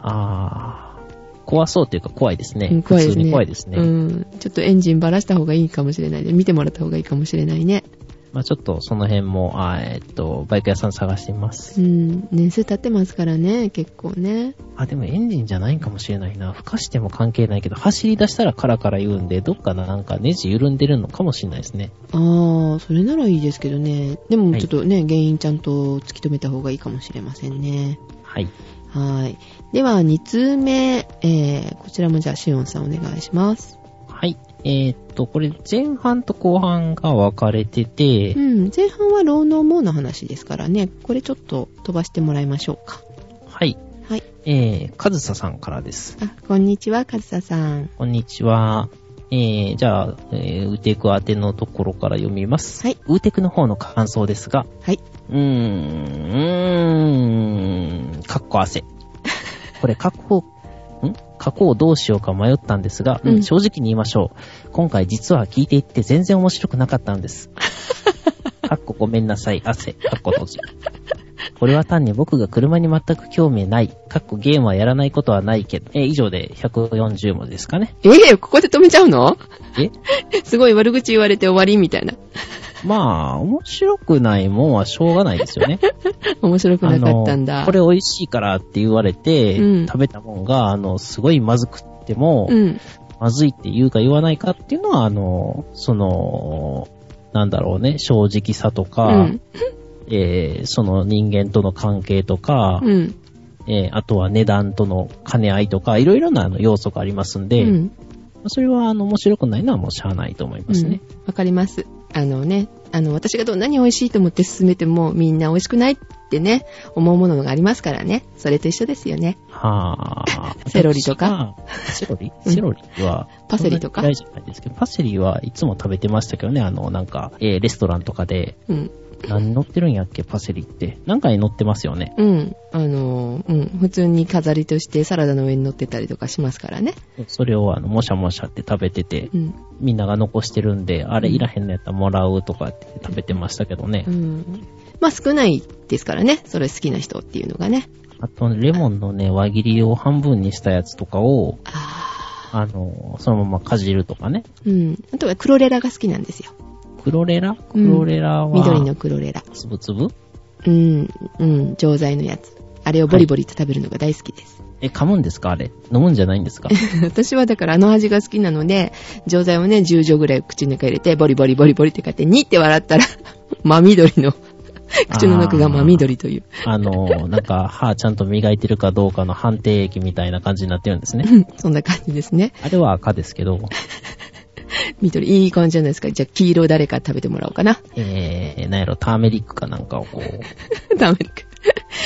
Speaker 2: あー、怖そうというか怖いです
Speaker 1: う。
Speaker 2: ね。
Speaker 1: うん怖いです
Speaker 2: 普通
Speaker 1: ね。
Speaker 2: に怖いですね。
Speaker 1: うん。ちょっとエンジンばらした方がいいかもしれないね。見てもらった方がいいかもしれないね。
Speaker 2: まあちょっとその辺も、あーえっと、バイク屋さん探してみます。
Speaker 1: うん。年数経ってますからね、結構ね。
Speaker 2: あ、でもエンジンじゃないんかもしれないな。吹かしても関係ないけど、走り出したらカラカラ言うんで、どっかななんかネジ緩んでるのかもしれないですね。
Speaker 1: あー、それならいいですけどね。でも
Speaker 2: はい
Speaker 1: ちょっとね、原因ちゃんと突き止めた方がいいかもしれませんね。
Speaker 2: はい。
Speaker 1: はい。では、2通目、えー、こちらもじゃあ、シオンさんお願いします。
Speaker 2: はい。えーっと、これ前半と後半が分かれてて
Speaker 1: う、ん。前半は労能網の話ですからね、これちょっと飛ばしてもらいましょうか。
Speaker 2: はい。
Speaker 1: はい。
Speaker 2: えー、カズサさんからです。
Speaker 1: あ、こんにちは、かずささん。
Speaker 2: こんにちは。えー、じゃあ、えー、ウーテク宛てのところから読みます。
Speaker 1: はい。
Speaker 2: ウーテクの方の感想ですが、
Speaker 1: はい。
Speaker 2: うーん、うーん、かっこ汗。これ、過去、ん過去をどうしようか迷ったんですが、
Speaker 1: うん
Speaker 2: うん正直に言いましょう。今回実は聞いていって全然面白くなかったんです。かっこごめんなさい、汗、かっこ閉じ。これは単に僕が車に全く興味ない、かっこゲームはやらないことはないけど、えー以上で140文字ですかね。
Speaker 1: ええここで止めちゃうの
Speaker 2: え
Speaker 1: すごい悪口言われて終わりみたいな。
Speaker 2: まあ、面白くないもんはしょうがないですよね。
Speaker 1: 面白くなかったん
Speaker 2: あ
Speaker 1: だ。
Speaker 2: のこれ美味しいからって言われて、
Speaker 1: うん
Speaker 2: 食べたもんが、あの、すごいまずくっても、
Speaker 1: うん。
Speaker 2: まずいって言うか言わないかっていうのは、あの、その、なんだろうね、正直さと
Speaker 1: う
Speaker 2: か、
Speaker 1: ん。
Speaker 2: えーその人間との関係とか、
Speaker 1: うん。
Speaker 2: えーあとは値段との兼ね合いとか、いろいろなあの要素がありますん
Speaker 1: う
Speaker 2: で、
Speaker 1: ん。
Speaker 2: それはあの面白くないのはもうしゃあないと思いますね。
Speaker 1: うんわかります。あのね、あの、私がどんなに美味しいと思って勧めても、みんな美味しくないってね、思うものがありますからね。それと一緒ですよね。
Speaker 2: はあ。
Speaker 1: セロリとか
Speaker 2: 私はセロリセロリは、
Speaker 1: パセリとか
Speaker 2: そんなに嫌いじゃないですけど、パセリはいつも食べてましたけどね、あの、なんか、えーレストランとかで、
Speaker 1: うん。
Speaker 2: 何乗ってるんやっけ、パセリって。何回乗ってますよね。
Speaker 1: うん。あのー、うん。普通に飾りとしてサラダの上に乗ってたりとかしますからね。
Speaker 2: それを、あの、もしゃもしゃって食べてて、
Speaker 1: うん。
Speaker 2: みんなが残してるんで、あれいらへんのやったらもらうとかって食べてましたけどね
Speaker 1: う。ん。まあ少ないですからね。それ好きな人っていうのがね。
Speaker 2: あと、レモンのね、輪切りを半分にしたやつとかを、
Speaker 1: あ
Speaker 2: あの、そのままかじるとかね。
Speaker 1: ーうん。あとはクロレラが好きなんですよ。
Speaker 2: クロレラ
Speaker 1: うん
Speaker 2: クロレラは、
Speaker 1: 緑のクロレラ。
Speaker 2: つぶつぶ
Speaker 1: うん。うん。錠剤のやつ。あれをボリボリと食べるのが大好きです。
Speaker 2: え、噛むんですかあれ。飲むんじゃないんです か
Speaker 1: 私はだからあの味が好きなので、錠剤をね、10錠ぐらい口の中入れて、ボリボリボリボリって買って、ニって笑ったら、 真緑の、口の中が真緑という。
Speaker 2: あの、なんか、歯ちゃんと磨いてるかどうかの判定液みたいな感じになってるんですね。
Speaker 1: そんな感じですね。
Speaker 2: あれは赤ですけど、
Speaker 1: 緑、いい感じじゃないですか。じゃあ、黄色誰か食べてもらおうかな。
Speaker 2: えー、なんやろ、ターメリックかなんかをこう、
Speaker 1: ダメか。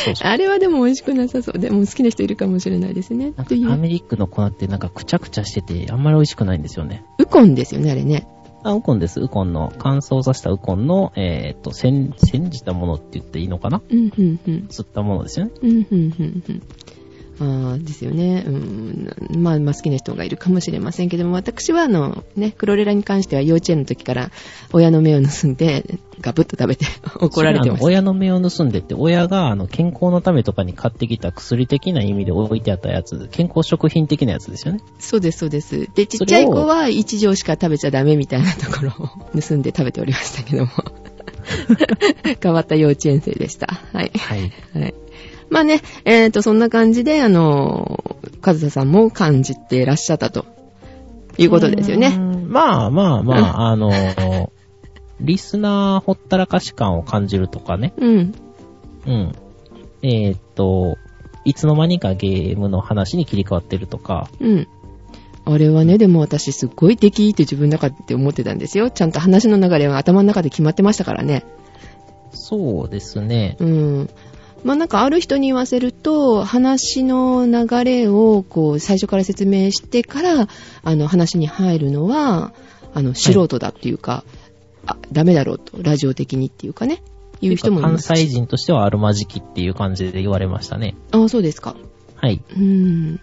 Speaker 2: そうそう
Speaker 1: あれはでも美味しくなさそう。でも好きな人いるかもしれないですね。
Speaker 2: なんか
Speaker 1: と
Speaker 2: タ
Speaker 1: い
Speaker 2: ー
Speaker 1: う。
Speaker 2: メリックの粉ってなんかくちゃくちゃしてて、あんまり美味しくないんですよね。
Speaker 1: ウコンですよね、あれね。
Speaker 2: あ、ウコンです。ウコンの、乾燥させたウコンの、えーっと、煎、煎じたものって言っていいのかな
Speaker 1: うん、うん、うん。
Speaker 2: 吸ったものですよね。
Speaker 1: うん、うん、うん、うん。ああ、ですよね。うん。まあ、まあ、好きな人がいるかもしれませんけども、私はあの、ね、クロレラに関しては幼稚園の時から親の目を盗んで、ガブッと食 べて怒られてま
Speaker 2: そあの
Speaker 1: した。
Speaker 2: 親の目を盗んでって、親が、あの、健康のためとかに買ってきた薬的な意味で置いてあったやつ、健康食品的なやつですよね。
Speaker 1: そうです、そうです。で、ちっちゃい子は一錠しか食べちゃダメみたいなところを盗んで食べておりましたけども。 変わった幼稚園生でした。はい。
Speaker 2: はい。
Speaker 1: はい。まあね、えっ、と、そんな感じで、あのー、カズタさんも感じていらっしゃったということですよね。
Speaker 2: まあまあまあ、あの、リスナーほったらかし感を感じるとかね。
Speaker 1: うん。
Speaker 2: うん。えーっと、いつの間にかゲームの話に切り替わってるとか、
Speaker 1: うん。あれはね、でも私すっごい敵って自分の中で思ってたんですよ。ちゃんと話の流れは頭の中で決まってましたからね。
Speaker 2: そうですね。
Speaker 1: うん。まあなんかある人に言わせると、話の流れをこう最初から説明してから、あの話に入るのは、あの素人だっていうか、あ、ダメだろうと、ラジオ的にっていうかね、言う人もいま
Speaker 2: 関
Speaker 1: すし。
Speaker 2: 西人としてはあるまじきっていう感じで言われましたね。
Speaker 1: ああ、そうですか。
Speaker 2: はい。
Speaker 1: うん。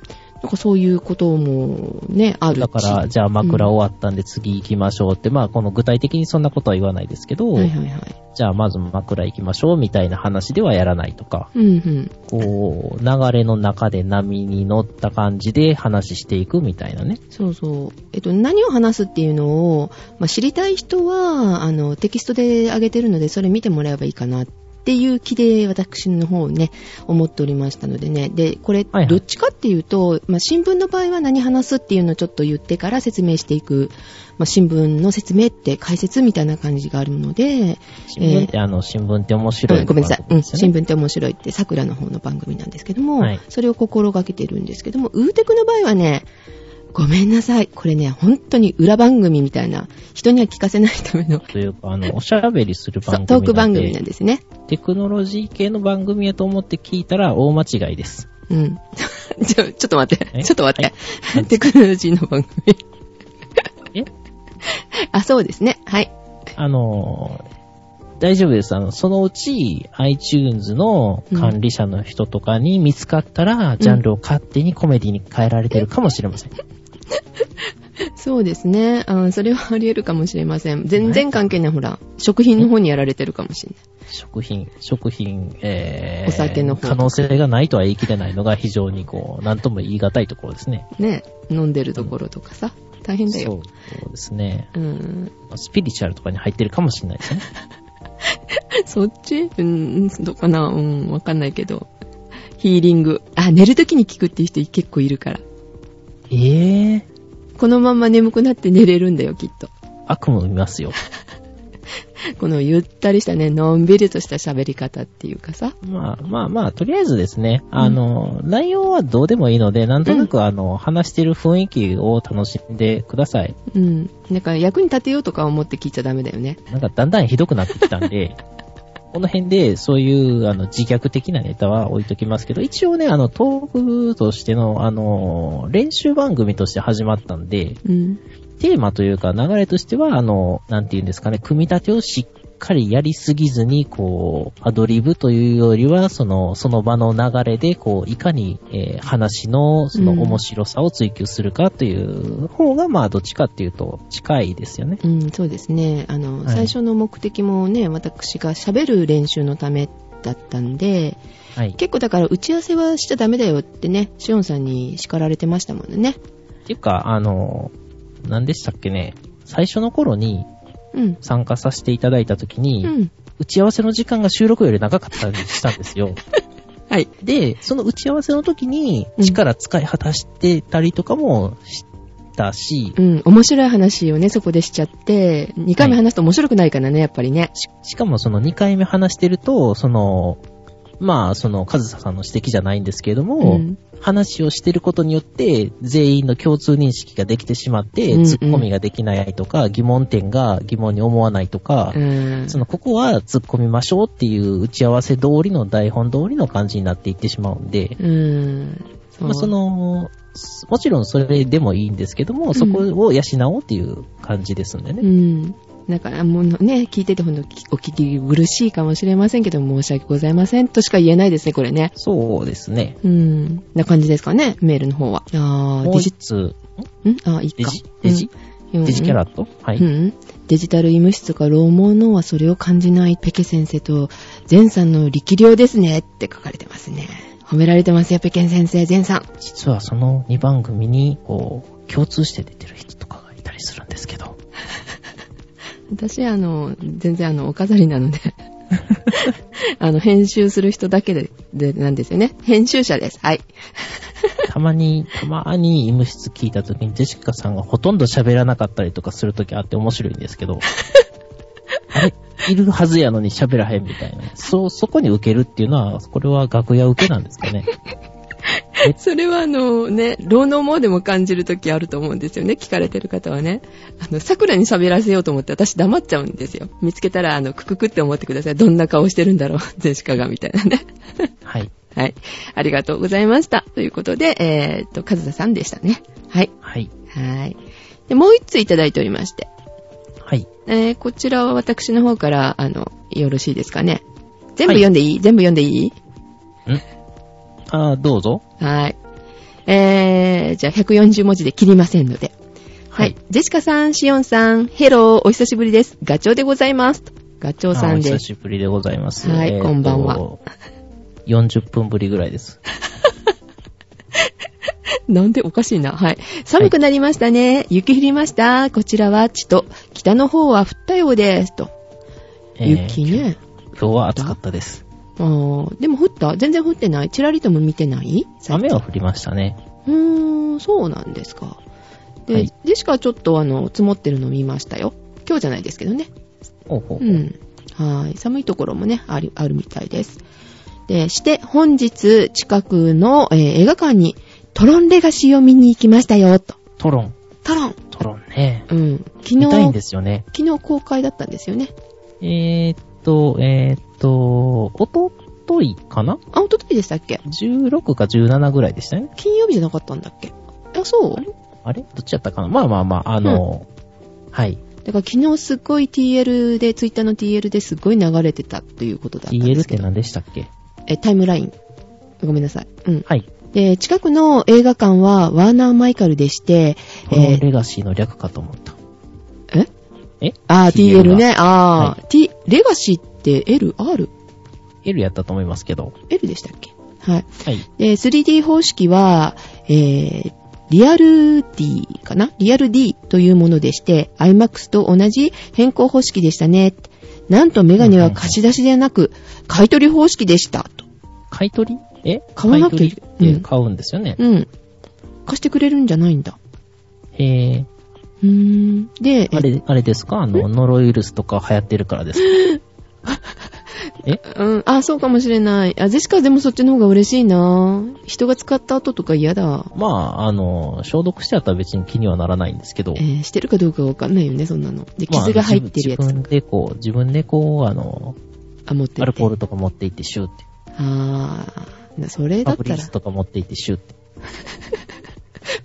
Speaker 1: なんかそういうこともね、あるし。
Speaker 2: だから、じゃあ枕終わったんで次行きましょうって、まあこの具体的にそんなことは言わないですけど、
Speaker 1: はいはいはい。
Speaker 2: じゃあまず枕行きましょうみたいな話ではやらないとか、
Speaker 1: うんうん。
Speaker 2: こう、流れの中で波に乗った感じで話していくみたいなね。
Speaker 1: そうそう。えっと、何を話すっていうのを、まあ、知りたい人は、あの、テキストで上げてるので、それ見てもらえばいいかなっていう気で、私の方ね、思っておりましたのでね。で、これ、
Speaker 2: はいはい
Speaker 1: どっちかっていうと、まあ、新聞の場合は何話すっていうのをちょっと言ってから説明していく。まあ、新聞の説明って解説みたいな感じがあるので、
Speaker 2: 新聞って、あの、新聞って面白い、
Speaker 1: うんごめんなさい、うん。新
Speaker 2: 聞。
Speaker 1: 聞って面白いって、桜の方の番組なんですけども、
Speaker 2: はい
Speaker 1: それを心がけてるんですけども、ウーテクの場合はね、ごめんなさい。これね、本当に裏番組みたいな、人には聞かせないための、
Speaker 2: というか、あの、おしゃべりする
Speaker 1: そ
Speaker 2: 番組なん
Speaker 1: う
Speaker 2: で。
Speaker 1: トーク番組なんですね。
Speaker 2: テクノロジー系の番組やと思って聞いたら大間違いです。
Speaker 1: うん。 ちょ、ちょっと待って。
Speaker 2: え
Speaker 1: ちょっと待って。
Speaker 2: はい
Speaker 1: テクノロジーの番組。
Speaker 2: え
Speaker 1: あ、そうですね。はい。
Speaker 2: あの、大丈夫です。あの、そのうち iTunes の管理者の人とかに見つかったら、ジャンルを勝手にコメディに変えられてるかもしれません。
Speaker 1: そうですね。あそれはあり得るかもしれません。全然関係ない。ほら、食品の方にやられてるかもしれない。
Speaker 2: 食品、食品、えー、
Speaker 1: お酒の方
Speaker 2: 可能性がないとは言い切れないのが非常にこう、なんとも言い難いところですね。
Speaker 1: ね、飲んでるところとかさ、大変だ
Speaker 2: そ
Speaker 1: よ。
Speaker 2: うそうですね。
Speaker 1: うん、
Speaker 2: スピリチュアルとかに入ってるかもしれないですね。
Speaker 1: そっちうん、どうかなうん、わかんないけど。ヒーリング。あ、寝るときに聞くっていう人結構いるから。
Speaker 2: ええ
Speaker 1: このまま眠くなって寝れるんだよ、きっと。
Speaker 2: 悪夢を見ますよ。
Speaker 1: このゆったりしたね、のんびりとした喋り方っていうかさ。
Speaker 2: まあまあまあ、とりあえずですね、あの、内容はどうでもいいので、なんとなくあの、話してる雰囲気を楽しんでください。
Speaker 1: うん。だから役に立てようとか思って聞いちゃダメだよね。
Speaker 2: なんかだんだんひどくなってきたんで、この辺で、そういう、あの、自虐的なネタは置いときますけど、一応ね、あの、トークとしての、あの、練習番組として始まったんで、
Speaker 1: うん。
Speaker 2: テーマというか流れとしては、あの、なんていうんですかね、組み立てをしっかりやりすぎずに、こう、アドリブというよりは、その、その場の流れで、こう、いかに、えー話の、その
Speaker 1: うん
Speaker 2: 面白さを追求するかという方が、まあ、どっちかっていうと、近いですよね。
Speaker 1: うん、そうですね。あの、
Speaker 2: はい
Speaker 1: 最初の目的もね、私が喋る練習のためだったんで、
Speaker 2: はい。
Speaker 1: 結構だから打ち合わせはしちゃダメだよってね、シオンさんに叱られてましたもんね。
Speaker 2: っていうか、あの、何でしたっけね、最初の頃に
Speaker 1: うん。
Speaker 2: 参加させていただいた時に、
Speaker 1: うん。
Speaker 2: 打ち合わせの時間が収録より長かったりしたんで すよ。
Speaker 1: はい。
Speaker 2: で、その打ち合わせの時に
Speaker 1: うん
Speaker 2: 力使い果たしてたりとかもしたし、
Speaker 1: うん、面白い話をね、そこでしちゃって、2回目話すと面白くないからね、やっぱりね。
Speaker 2: しかもその2回目話してると、その、まあ、その、カズサさんの指摘じゃないんですけれども、
Speaker 1: うん
Speaker 2: 話をしてることによって、全員の共通認識ができてしまって、
Speaker 1: うんうん
Speaker 2: ツッコミができないとか、疑問点が疑問に思わないとか
Speaker 1: う、ん。
Speaker 2: その、ここは突っ込みましょうっていう打ち合わせ通りの台本通りの感じになっていってしまうんで、
Speaker 1: うん。
Speaker 2: まあ、その、すもちろんそれでもいいんですけども、
Speaker 1: ん
Speaker 2: そこを養おうっていう感じですんでね。
Speaker 1: うん。だからもうね、聞いててほんとお聞き苦しいかもしれませんけど、申し訳ございませんとしか言えないですね、これね。
Speaker 2: そうですね。
Speaker 1: うん。な感じですかね、メールの方は。あー、
Speaker 2: もう
Speaker 1: デジ
Speaker 2: 一、つ、
Speaker 1: んあ、いい
Speaker 2: デ
Speaker 1: か
Speaker 2: ジ。デジ、
Speaker 1: うん
Speaker 2: デジキャラット、は
Speaker 1: う
Speaker 2: い、
Speaker 1: んうんデジタル医務室か老毛のはそれを感じないペケ先生と、善さんの力量ですねって書かれてますね。褒められてますよ、ペケ先生、善さん。
Speaker 2: 実はその2番組に、こう、共通して出てる人とかがいたりするんですけど、
Speaker 1: 私、あの、全然あの、お飾りなので。 あの、編集する人だけで、で、なんですよね。編集者です。はい。
Speaker 2: たまに、たまに医務室聞いた時にジェシカさんがほとんど喋らなかったりとかする時あって面白いんです けど、あれいるはずやのに喋らへんみたいな。そう、そこに受けるっていうのは、これは楽屋受けなんですかね。
Speaker 1: それはあの、ね、老能もでも感じるときあると思うんですよね。聞かれてる方はね。あの、桜に喋らせようと思って私黙っちゃうんですよ。見つけたら、あの、クククって思ってください。どんな顔してるんだろう。 ゼシカが、みたいなね。
Speaker 2: はい。
Speaker 1: はい。ありがとうございました。ということで、えーっと、カズダさんでしたね。はい。
Speaker 2: はい。
Speaker 1: はい。で、もう一ついただいておりまして。
Speaker 2: はい。
Speaker 1: えー、こちらは私の方から、あの、よろしいですかね。全部
Speaker 2: はい
Speaker 1: 読んでいい、全部読んでいい
Speaker 2: ああ、どうぞ。
Speaker 1: はい。えー、じゃあ140文字で切りませんので。はい。
Speaker 2: はい
Speaker 1: ジェシカさん、シオンさん、ヘロー、お久しぶりです。ガチョウでございます。ガチョウさ
Speaker 2: あーお
Speaker 1: んで
Speaker 2: 久
Speaker 1: す。
Speaker 2: しぶりでございます。
Speaker 1: はい
Speaker 2: えーと
Speaker 1: こんばんは。
Speaker 2: 40分ぶりぐらいです。
Speaker 1: なんでおかしいな。はい。寒くなりましたね。雪降りました。こちらは地と、北の方は降ったようです。と。
Speaker 2: えー
Speaker 1: 雪ね。
Speaker 2: 今日は暑かったです。
Speaker 1: あーでも降った全然降ってないちらりとも見てない最近
Speaker 2: 雨は降りましたね。
Speaker 1: うーん、そうなんですか。で、
Speaker 2: はい
Speaker 1: でしかちょっとあの、積もってるの見ましたよ。今日じゃないですけどね。
Speaker 2: ほうほう
Speaker 1: う。ん。はい。寒いところもね、ある、あるみたいです。で、して、本日、近くの、えー映画館に、トロンレガシーを見に行きましたよ、と。
Speaker 2: トロン。
Speaker 1: トロン
Speaker 2: トロンね。
Speaker 1: うん。昨日、
Speaker 2: 見たいんですよね。
Speaker 1: 昨日公開だったんですよね。
Speaker 2: えーっと、えーっと、おとといかな
Speaker 1: あ、おとといでしたっけ
Speaker 2: ?16 か17ぐらいでしたね。
Speaker 1: 金曜日じゃなかったんだっけあ、そう
Speaker 2: あれどっちやったかなまあまあまあ、あの、はい。
Speaker 1: だから昨日すっごい TL で、ツイッターの TL ですっごい流れてたということだったんで
Speaker 2: DL っ
Speaker 1: すけ
Speaker 2: て
Speaker 1: ど。
Speaker 2: 何でしたっけ
Speaker 1: え、タイムライン。ごめんなさい。うん。
Speaker 2: はい。
Speaker 1: で、近くの映画館はワーナー・マイカルでして、
Speaker 2: トロ
Speaker 1: え
Speaker 2: ンレガシーの略かと思った。
Speaker 1: え
Speaker 2: え
Speaker 1: あー、
Speaker 2: TL
Speaker 1: TL ね。あー、T、レガシーって L、R、
Speaker 2: L やったと思いますけど。
Speaker 1: L でしたっけはい。
Speaker 2: はい。
Speaker 1: で、3D 方式は、えー、リアル D かなリアル D というものでして、IMAX と同じ変更方式でしたね。なんとメガネは貸し出しではなく、買い取り方式でした。と
Speaker 2: 買い取りえ
Speaker 1: 買わなくて
Speaker 2: 買い取り
Speaker 1: う
Speaker 2: っ
Speaker 1: ん
Speaker 2: て買うんですよね。
Speaker 1: うん。貸してくれるんじゃないんだ。
Speaker 2: え
Speaker 1: うーん。で、
Speaker 2: ー、あれ、あれですかあの、ノロウイルスとか流行ってるからですかえ
Speaker 1: うん、あ、そうかもしれない。あ、ジェシカでもそっちの方が嬉しいな人が使った後とか嫌だ。
Speaker 2: まあ、あの、消毒してあったら別に気にはならないんですけど
Speaker 1: え、ーしてるかどうかわかんないよね、そんなの。で、
Speaker 2: まあ
Speaker 1: 傷が入ってるやつ。
Speaker 2: 自分でこう、自分でこう、あの、
Speaker 1: あ、持ってって
Speaker 2: アルコールとか持って行ってシューって。
Speaker 1: あーなそれだ
Speaker 2: パ
Speaker 1: っ
Speaker 2: プ
Speaker 1: た
Speaker 2: リン
Speaker 1: ら
Speaker 2: ス、とか持って行ってシューって。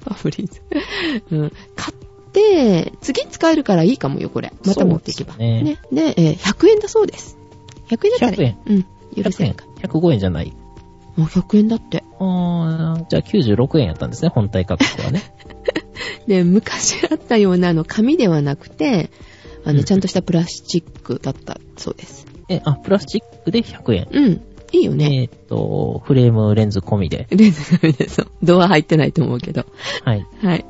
Speaker 1: パプリンス。 うん。買って、次使えるからいいかもよ、これ。また持っていけば。
Speaker 2: そうです
Speaker 1: ね。ね、えー100円だそうです。100円だったら
Speaker 2: 100円。
Speaker 1: うん。許
Speaker 2: 100
Speaker 1: せ
Speaker 2: 円
Speaker 1: んか。
Speaker 2: ?105 円じゃない。
Speaker 1: あ、100円だって。
Speaker 2: あーじゃあ96円やったんですね、本体価格はね。
Speaker 1: で、昔あったような、あの、紙ではなくて、あ
Speaker 2: う
Speaker 1: の、
Speaker 2: ん
Speaker 1: ちゃんとしたプラスチックだったそうです。
Speaker 2: え、あ、プラスチックで100円。
Speaker 1: うん。いいよね。
Speaker 2: えっと、フレームレンズ込みで。
Speaker 1: レンズ紙 で、そう。ドア入ってないと思うけど。
Speaker 2: はい。
Speaker 1: はい。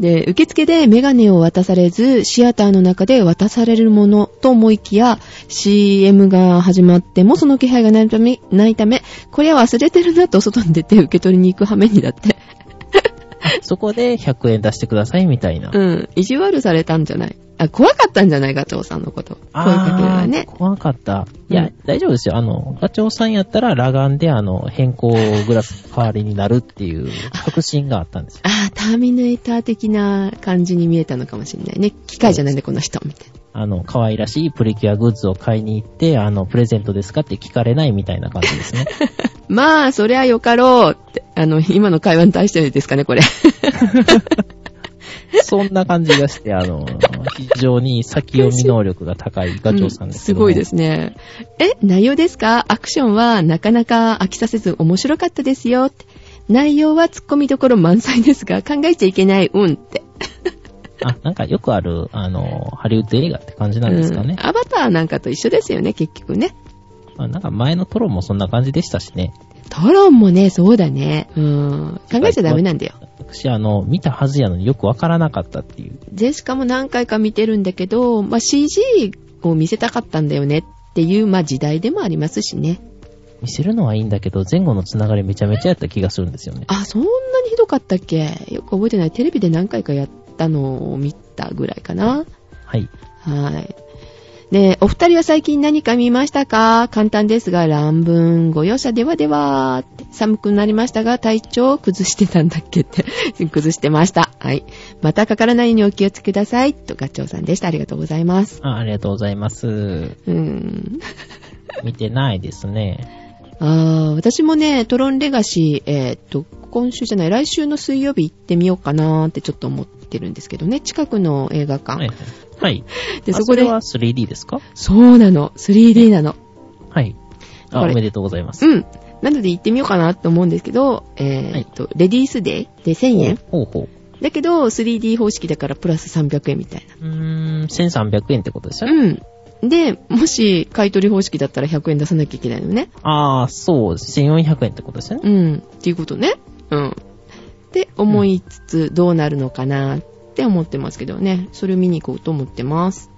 Speaker 1: で、受付でメガネを渡されず、シアターの中で渡されるものと思いきや、CM が始まってもその気配がないため、ないため、これは忘れてるなと外に出て受け取りに行く羽目にだって。
Speaker 2: そこで100円出してくださいみたいな。
Speaker 1: うん。意地悪されたんじゃないあ、怖かったんじゃないガチョウさんのこと。声かけ
Speaker 2: あ
Speaker 1: が
Speaker 2: ー
Speaker 1: ね。
Speaker 2: 怖かった。いうや
Speaker 1: ん、
Speaker 2: 大丈夫ですよ。あの、ガチョウさんやったら裸眼であの、変更グラスの代わりになるっていう確信があったんですよ。
Speaker 1: あーターミネーター的な感じに見えたのかもしれないね。機械じゃないんで、この人、みたいな。
Speaker 2: あの、可愛らしいプリキュアグッズを買いに行って、あの、プレゼントですかって聞かれないみたいな感じで すね。
Speaker 1: まあ、そりゃよかろうって、あの、今の会話に対してですかね、これ。
Speaker 2: そんな感じがして、あの、非常に先読み能力が高いガチョウさんですけ
Speaker 1: す
Speaker 2: ども、
Speaker 1: ごいですね。え、内容ですかアクションはなかなか飽きさせず面白かったですよって。内容は突っ込みどころ満載ですが、考えちゃいけない、うんって。
Speaker 2: あ、なんかよくある、あの、ハリウッド映画って感じなんですかね。
Speaker 1: うんアバターなんかと一緒ですよね、結局ね。
Speaker 2: まあなんか前のトロもそんな感じでしたしね。
Speaker 1: トロンもね、そうだね。うん。考えちゃダメなんだよ。
Speaker 2: 私、あの、見たはずやのによくわからなかったっていう。
Speaker 1: ジェシカも何回か見てるんだけど、まあ、CG を見せたかったんだよねっていう、まあ、時代でもありますしね。
Speaker 2: 見せるのはいいんだけど、前後のつながりめちゃめちゃやった気がするんですよね。
Speaker 1: あ、そんなにひどかったっけよく覚えてない。テレビで何回かやったのを見たぐらいかな。
Speaker 2: はい。
Speaker 1: はい。で、お二人は最近何か見ましたか簡単ですが、乱文、ご容赦ではでは、って寒くなりましたが、体調を崩してたんだっけって、 崩してました。はい。またかからないようにお気をつけください。と、ガチョウさんでした。ありがとうございます。
Speaker 2: あありがとうございます。
Speaker 1: うーん。
Speaker 2: 見てないですね。
Speaker 1: あー私もね、トロンレガシー、えーっと、今週じゃない、来週の水曜日行ってみようかなーってちょっと思ってるんですけどね、近くの映画
Speaker 2: はい
Speaker 1: 館。。
Speaker 2: はい。
Speaker 1: で、
Speaker 2: あ
Speaker 1: そこで
Speaker 2: れ、は 3D ですか
Speaker 1: そうなの、3D なの。
Speaker 2: はい。あ、
Speaker 1: こ
Speaker 2: お
Speaker 1: れ
Speaker 2: めでとうございます。
Speaker 1: うん。なので行ってみようかなと思うんですけど、えーっと、レディースデーで1000円
Speaker 2: ほうほう。
Speaker 1: だけど、3D 方式だからプラス300円みたいう
Speaker 2: ーん、1300円ってことです
Speaker 1: な。
Speaker 2: よね。
Speaker 1: うん。で、もし買い取り方式だったら100円出さなきゃいけないのね。
Speaker 2: ああ、そう、1400円ってことですよね。
Speaker 1: うん。っていうことね。うん。って思いつつ、どうなるのかなって思ってますけどね。それを見に行こうと思ってます。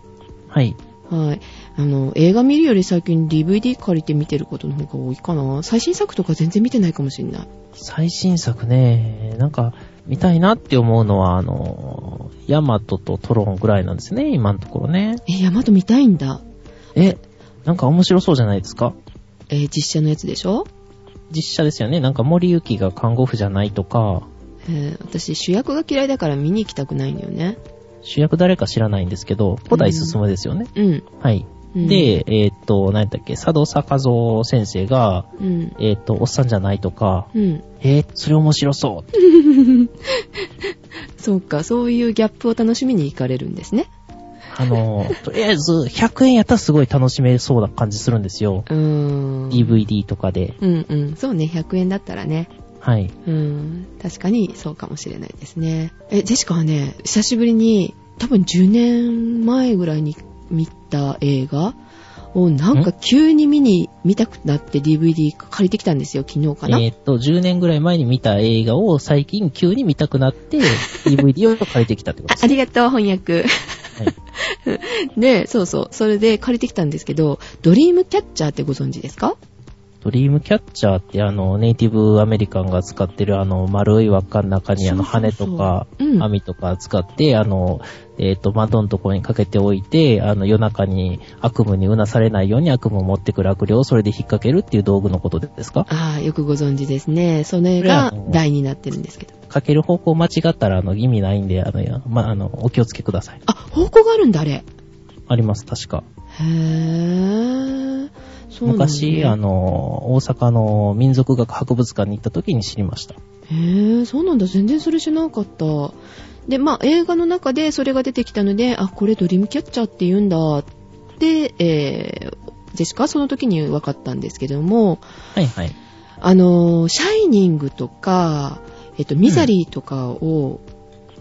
Speaker 2: はい。
Speaker 1: はい。あの、映画見るより最近 DVD 借りて見てることの方が多いかな。最新作とか全然見てないかもしんない。
Speaker 2: 最新作ね、なんか、見たいなって思うのは、あの、ヤマトとトロンぐらいなんですね、今のところね。
Speaker 1: え、ヤマト見たいんだ。
Speaker 2: え、なんか面白そうじゃないですか
Speaker 1: えー実写のやつでしょ
Speaker 2: 実写ですよね。なんか森幸が看護婦じゃないとか、
Speaker 1: えー私主役が嫌いだから見に行きたくないんだよね。
Speaker 2: 主役誰か知らないんですけど、古代進むですよね。
Speaker 1: うん。
Speaker 2: はい。
Speaker 1: うん、
Speaker 2: で、えーっと、何やったっけ、佐藤坂蔵先生が、
Speaker 1: うん。
Speaker 2: えーっと、おっさんじゃないとか、
Speaker 1: うん。
Speaker 2: えーそれ面白そう。
Speaker 1: そうか、そういうギャップを楽しみに行かれるんですね。
Speaker 2: あの、 とりあえず、100円やったらすごい楽しめそうな感じするんですよ。
Speaker 1: うーん。
Speaker 2: DVD とかで。
Speaker 1: うんうん。そうね、100円だったらね。
Speaker 2: はい。
Speaker 1: うん。確かにそうかもしれないですね。え、ジェシカはね、久しぶりに、多分10年前ぐらいに見た映画をなんか急に見に、見たくなって DVD 借りてきたんですよ、昨日かな。
Speaker 2: えーっと、10年ぐらい前に見た映画を最近急に見たくなって、DVD を借りてきたってこと
Speaker 1: あ
Speaker 2: です
Speaker 1: あ。りがとう、翻訳。
Speaker 2: はい
Speaker 1: で、そうそう。それで借りてきたんですけど、ドリームキャッチャーってご存知ですか
Speaker 2: ドリームキャッチャーってあの、ネイティブアメリカンが使ってるあの、丸い輪っかの中にあの、
Speaker 1: そうそう
Speaker 2: 羽
Speaker 1: そう
Speaker 2: とか、
Speaker 1: うん
Speaker 2: 網とか使って、あの、えっ、と、窓のところにかけておいて、あの、夜中に悪夢にうなされないように悪夢を持ってくる悪霊をそれで引っ掛けるっていう道具のことですか
Speaker 1: ああ、よくご存知ですね。それが
Speaker 2: これあの
Speaker 1: 題になってるんですけど。
Speaker 2: かける方向間違ったらあの、意味ないんで、あの、やま、あの、お気をつけください。
Speaker 1: あ、方向があるんだ、あれ。へ
Speaker 2: あります、確か。
Speaker 1: ー。そうなんだ
Speaker 2: 昔、あの、大阪の民族学博物館に行った時に知りました。
Speaker 1: へえ、そうなんだ。全然それ知らなかった。で、まあ、映画の中でそれが出てきたので、あ、これドリームキャッチャーって言うんだって、えー、ジェシカはその時に分かったんですけども、
Speaker 2: はいはい。
Speaker 1: あのー、シャイニングとか、えっと、ミザリーとかを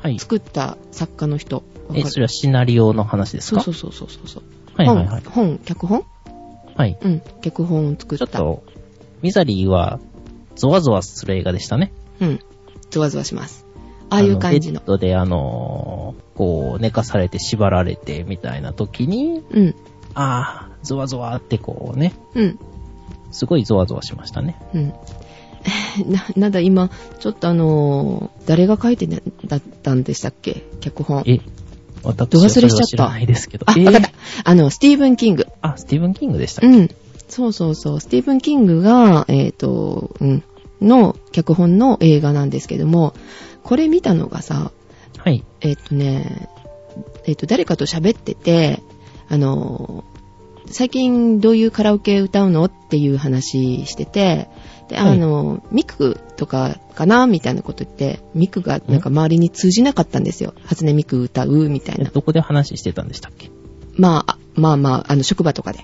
Speaker 2: はい。
Speaker 1: 作った作家の人。
Speaker 2: え、
Speaker 1: わか
Speaker 2: そ
Speaker 1: る
Speaker 2: れはシナリオの話です
Speaker 1: そう
Speaker 2: か
Speaker 1: そうそうそうそうそう。
Speaker 2: はいはいはい。
Speaker 1: 本、本、脚本
Speaker 2: はい。
Speaker 1: うん、脚本を作っ
Speaker 2: ちょ
Speaker 1: た。
Speaker 2: っと、ミザリーは、ゾワゾワする映画でしたね。
Speaker 1: うん、ゾワゾワします。ああいう感じの
Speaker 2: ベッ。ドで、あのーこう、寝かされて縛られてみたいな時に、
Speaker 1: うん、
Speaker 2: ああ、ゾワゾワってこうね、
Speaker 1: うん、
Speaker 2: すごいゾワゾワしましたね。
Speaker 1: うん。 な、なんだ今、ちょっとあのー誰が書いてなだったんでしたっけ脚本。
Speaker 2: え、私
Speaker 1: ド
Speaker 2: は
Speaker 1: 忘
Speaker 2: それ
Speaker 1: れ
Speaker 2: は
Speaker 1: しちゃった
Speaker 2: 知らないですけど。
Speaker 1: あ、
Speaker 2: えー
Speaker 1: わかった。あの、スティーブン・キング。
Speaker 2: あ、スティーブン・キングでしたっ
Speaker 1: う
Speaker 2: け、
Speaker 1: ん。そうそうそう。スティーブン・キングが、えっ、と、うん。の脚本の映画なんですけども、これ見たのがさ、
Speaker 2: はい。
Speaker 1: えっ、とね、えっ、と、誰かと喋ってて、あのー最近どういうカラオケ歌うのっていう話してて、で、
Speaker 2: はい
Speaker 1: あのーミクとかかなみたいなこと言って、ミクがなんか周りに通じなかったんですよ。初音ミク歌うみたい
Speaker 2: え
Speaker 1: な。
Speaker 2: どこで話してたんでしたっけ
Speaker 1: まあ、あまあまあ、あの、職場とかで。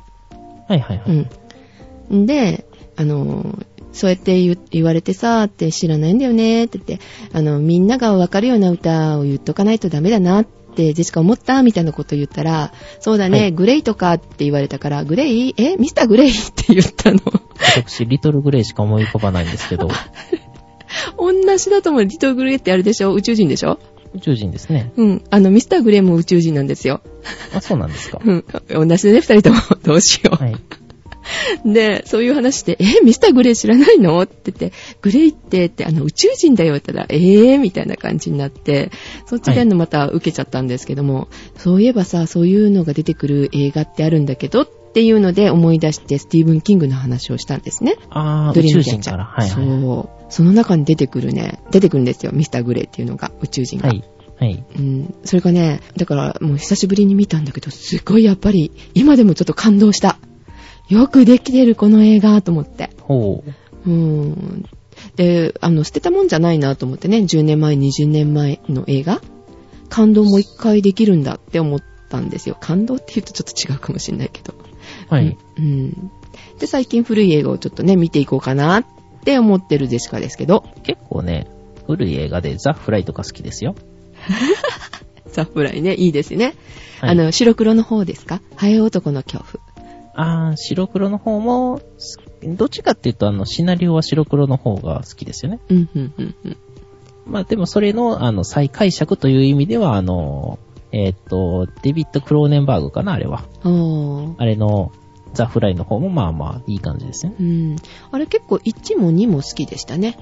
Speaker 2: はいはいはい。
Speaker 1: うん。で、あのー、そうやって言言われてさ、って知らないんだよね、って言って、あの、みんながわかるような歌を言っとかないとダメだなって、ジェシカ思ったみたいなこと言ったら、そうだね、
Speaker 2: はい
Speaker 1: グレイとかって言われたから、グレイえミスターグレイって言ったの。
Speaker 2: 私、リトル・グレイしか思い浮かばないんですけど、
Speaker 1: 同じだと思う。リトルグレイってあれでしょ宇宙人でしょ
Speaker 2: 宇宙人ですね。
Speaker 1: うん。あの、ミスターグレイも宇宙人なんですよ。
Speaker 2: あ、そうなんですか。
Speaker 1: うん。同じでね、二人とも。どうしよう。
Speaker 2: はい。
Speaker 1: で、そういう話で、え、ミスターグレイ知らないのって言って、グレイって、って、あの、宇宙人だよって言ったら、ええー、みたいな感じになって、そっちでのまた受けちゃったんですけども、そういえばさ、そういうのが出てくる映画ってあるんだけど、っていうので思い出して、スティーブン・キングの話をしたんですね。
Speaker 2: あー、宇宙人
Speaker 1: キャ
Speaker 2: から。はいはい。
Speaker 1: そう。その中に出てくるね、出てくるんですよ、ミスターグレイっていうのが、宇宙人が。
Speaker 2: はい。はい。
Speaker 1: うん、それがね、だからもう久しぶりに見たんだけど、すごいやっぱり、今でもちょっと感動した。よくできてるこの映画と思って。
Speaker 2: ほう。
Speaker 1: うん。で、あの、捨てたもんじゃないなと思ってね、10年前、20年前の映画、感動もう一回できるんだって思ったんですよ。感動って言うとちょっと違うかもしれないけど。
Speaker 2: はい。
Speaker 1: うん。で、最近古い映画をちょっとね、見ていこうかなって思ってるジェシカですけど、
Speaker 2: 結構ね、古い映画でザ・フライとか好きですよ。
Speaker 1: サプライね、いいですね。
Speaker 2: はい、
Speaker 1: あ、の、白黒の方ですかハエ男の恐怖。
Speaker 2: あー白黒の方も、すどっちかっていうと、あの、シナリオは白黒の方が好きですよね。
Speaker 1: うん、うん、うん、うん。
Speaker 2: まあ、でもそれの、あの、再解釈という意味では、あの、えーっ、と、デビッド・クローネンバーグかな、あれは。
Speaker 1: ああ。
Speaker 2: あれの、ザ・フライの方も、まあまあ、いい感じですね。
Speaker 1: うん。あれ結構1も2も好きでしたね。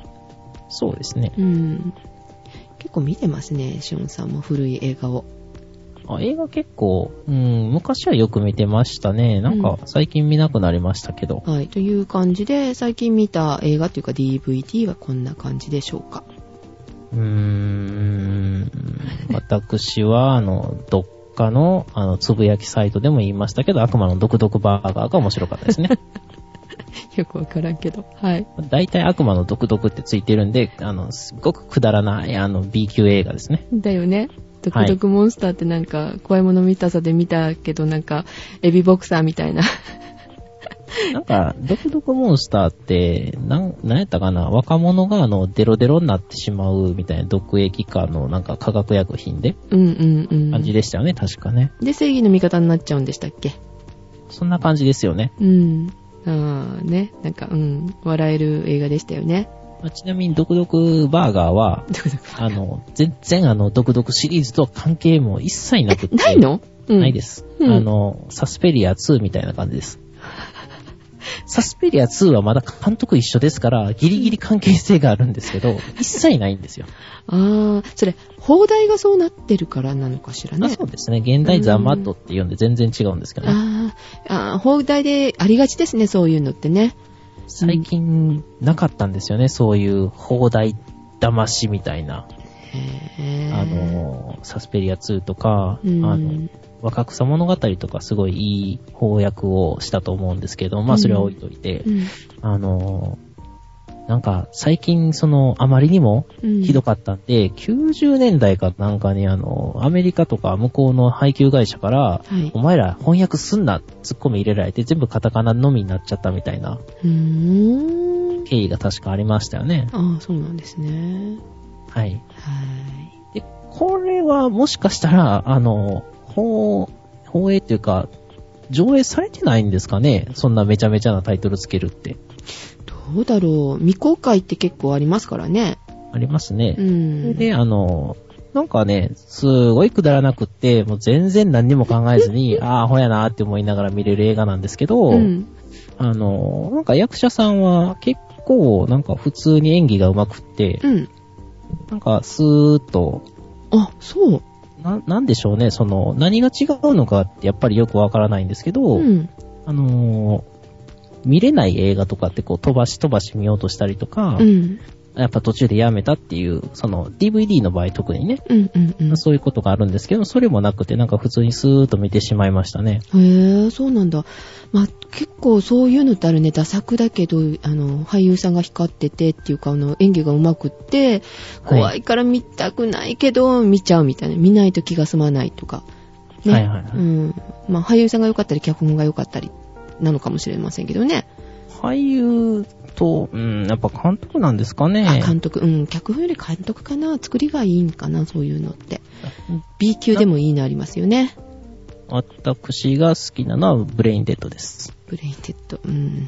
Speaker 2: そうですね。
Speaker 1: うん。結構見てますね、シオンさんも古い映画を。
Speaker 2: あ映画結構、うん、昔はよく見てましたね。なんか、最近見なくなりましたけど。
Speaker 1: はい。という感じで、最近見た映画というか DVD はこんな感じでしょうか。
Speaker 2: うーん、私は、あの、どっかの、あの、つぶやきサイトでも言いましたけど、悪魔のドクドクバーガーが面白かったですね。
Speaker 1: よくわからんけど。はい。
Speaker 2: 大体悪魔のドクドクってついてるんで、あの、すごくくだらない、あの、B 級映画ですね。
Speaker 1: だよね。ド
Speaker 2: は
Speaker 1: ク
Speaker 2: い
Speaker 1: ドクモンスターってなんか、怖いもの見たさで見たけど、なんか、エビボクサーみたいな。
Speaker 2: なんか、ドクドクモンスターって、なん、なんやったかな、若者があの、デロデロになってしまうみたいな毒液かの、なんか化学薬品で、
Speaker 1: うんうんうん。
Speaker 2: 感じでしたよね、確かね。
Speaker 1: で、正義の味方になっちゃうんでしたっけ
Speaker 2: そんな感じですよね。
Speaker 1: うん。ああ、ね。なんか、うん。笑える映画でしたよね。
Speaker 2: まあちなみに、ドクドクバーガーは、
Speaker 1: ドクドク
Speaker 2: あの、全然あの、ドクドクシリーズとは関係も一切なくて。
Speaker 1: ないの、うん、
Speaker 2: ないです。
Speaker 1: うん
Speaker 2: あの、サスペリア2みたいな感じです。サスペリア2はまだ監督一緒ですから、ギリギリ関係性があるんですけど、一切ないんです よ。
Speaker 1: ああ、それ、放題がそうなってるからなのかしら
Speaker 2: あ
Speaker 1: ね。
Speaker 2: そうですね。現代ザ・マッドって言うんで全然違うんですけどね。
Speaker 1: あーあー、放題でありがちですね、そういうのってね。
Speaker 2: 最近なかったんですよね。そういう放題騙しみたいな。
Speaker 1: へー
Speaker 2: あ、の、サスペリア2とか、あ
Speaker 1: うん
Speaker 2: の、若草物語とかすごいいい翻訳をしたと思うんですけど、まあそれは置いといて、
Speaker 1: うん
Speaker 2: あの、なんか最近そのあまりにも
Speaker 1: うん
Speaker 2: ひどかったんで、90年代かなんかにあの、アメリカとか向こうの配給会社から、
Speaker 1: はい
Speaker 2: お前ら翻訳すんなってツッコミ入れられて全部カタカナのみになっちゃったみたいな
Speaker 1: うーん。
Speaker 2: 経緯が確かありましたよね。
Speaker 1: ああ、そうなんですね。
Speaker 2: は
Speaker 1: は
Speaker 2: い。
Speaker 1: い。
Speaker 2: で、これはもしかしたら、あの、放、放映っていうか、上映されてないんですかねそんなめちゃめちゃなタイトルつけるって。
Speaker 1: どうだろう。未公開って結構ありますからね。
Speaker 2: ありますね。
Speaker 1: うん。
Speaker 2: で、あの、なんかね、すごいくだらなくって、もう全然何にも考えず に、ああ、ほやなーって思いながら見れる映画なんですけど、
Speaker 1: うん。
Speaker 2: あの、なんか役者さんは結構、なんか普通に演技が上手くって、
Speaker 1: うん。
Speaker 2: なんかスーッと、
Speaker 1: あ、そう。
Speaker 2: な、なんでしょうね、その、何が違うのかってやっぱりよくわからないんですけど、
Speaker 1: うん。
Speaker 2: あのー見れない映画とかってこう飛ばし飛ばし見ようとしたりとか、
Speaker 1: うん。
Speaker 2: やっぱ途中でやめたっていう、その DVD の場合特にね、
Speaker 1: うんうんうん。
Speaker 2: そういうことがあるんですけど、それもなくてなんか普通にスーッと見てしまいましたね。
Speaker 1: へえ、そうなんだ。まあ、結構そういうのってあるね、ダ作だけど、あの、俳優さんが光っててっていうか、あの、演技が上手くって、
Speaker 2: はい
Speaker 1: 怖いから見たくないけど、見ちゃうみたいな。見ないと気が済まないとか。ね。
Speaker 2: はいはいはい
Speaker 1: うん。まあ、俳優さんが良かったり、脚本が良かったり、なのかもしれませんけどね。
Speaker 2: 俳優と、うん、やっぱ監督なんですか
Speaker 1: あ、
Speaker 2: ね。
Speaker 1: 監督、うん、脚本より監督かな。作りがいいんかな、そういうのって。B 級でもいいのありますよね。
Speaker 2: 私が好きなのはブレインデッドです。
Speaker 1: ブレインテッド。うん。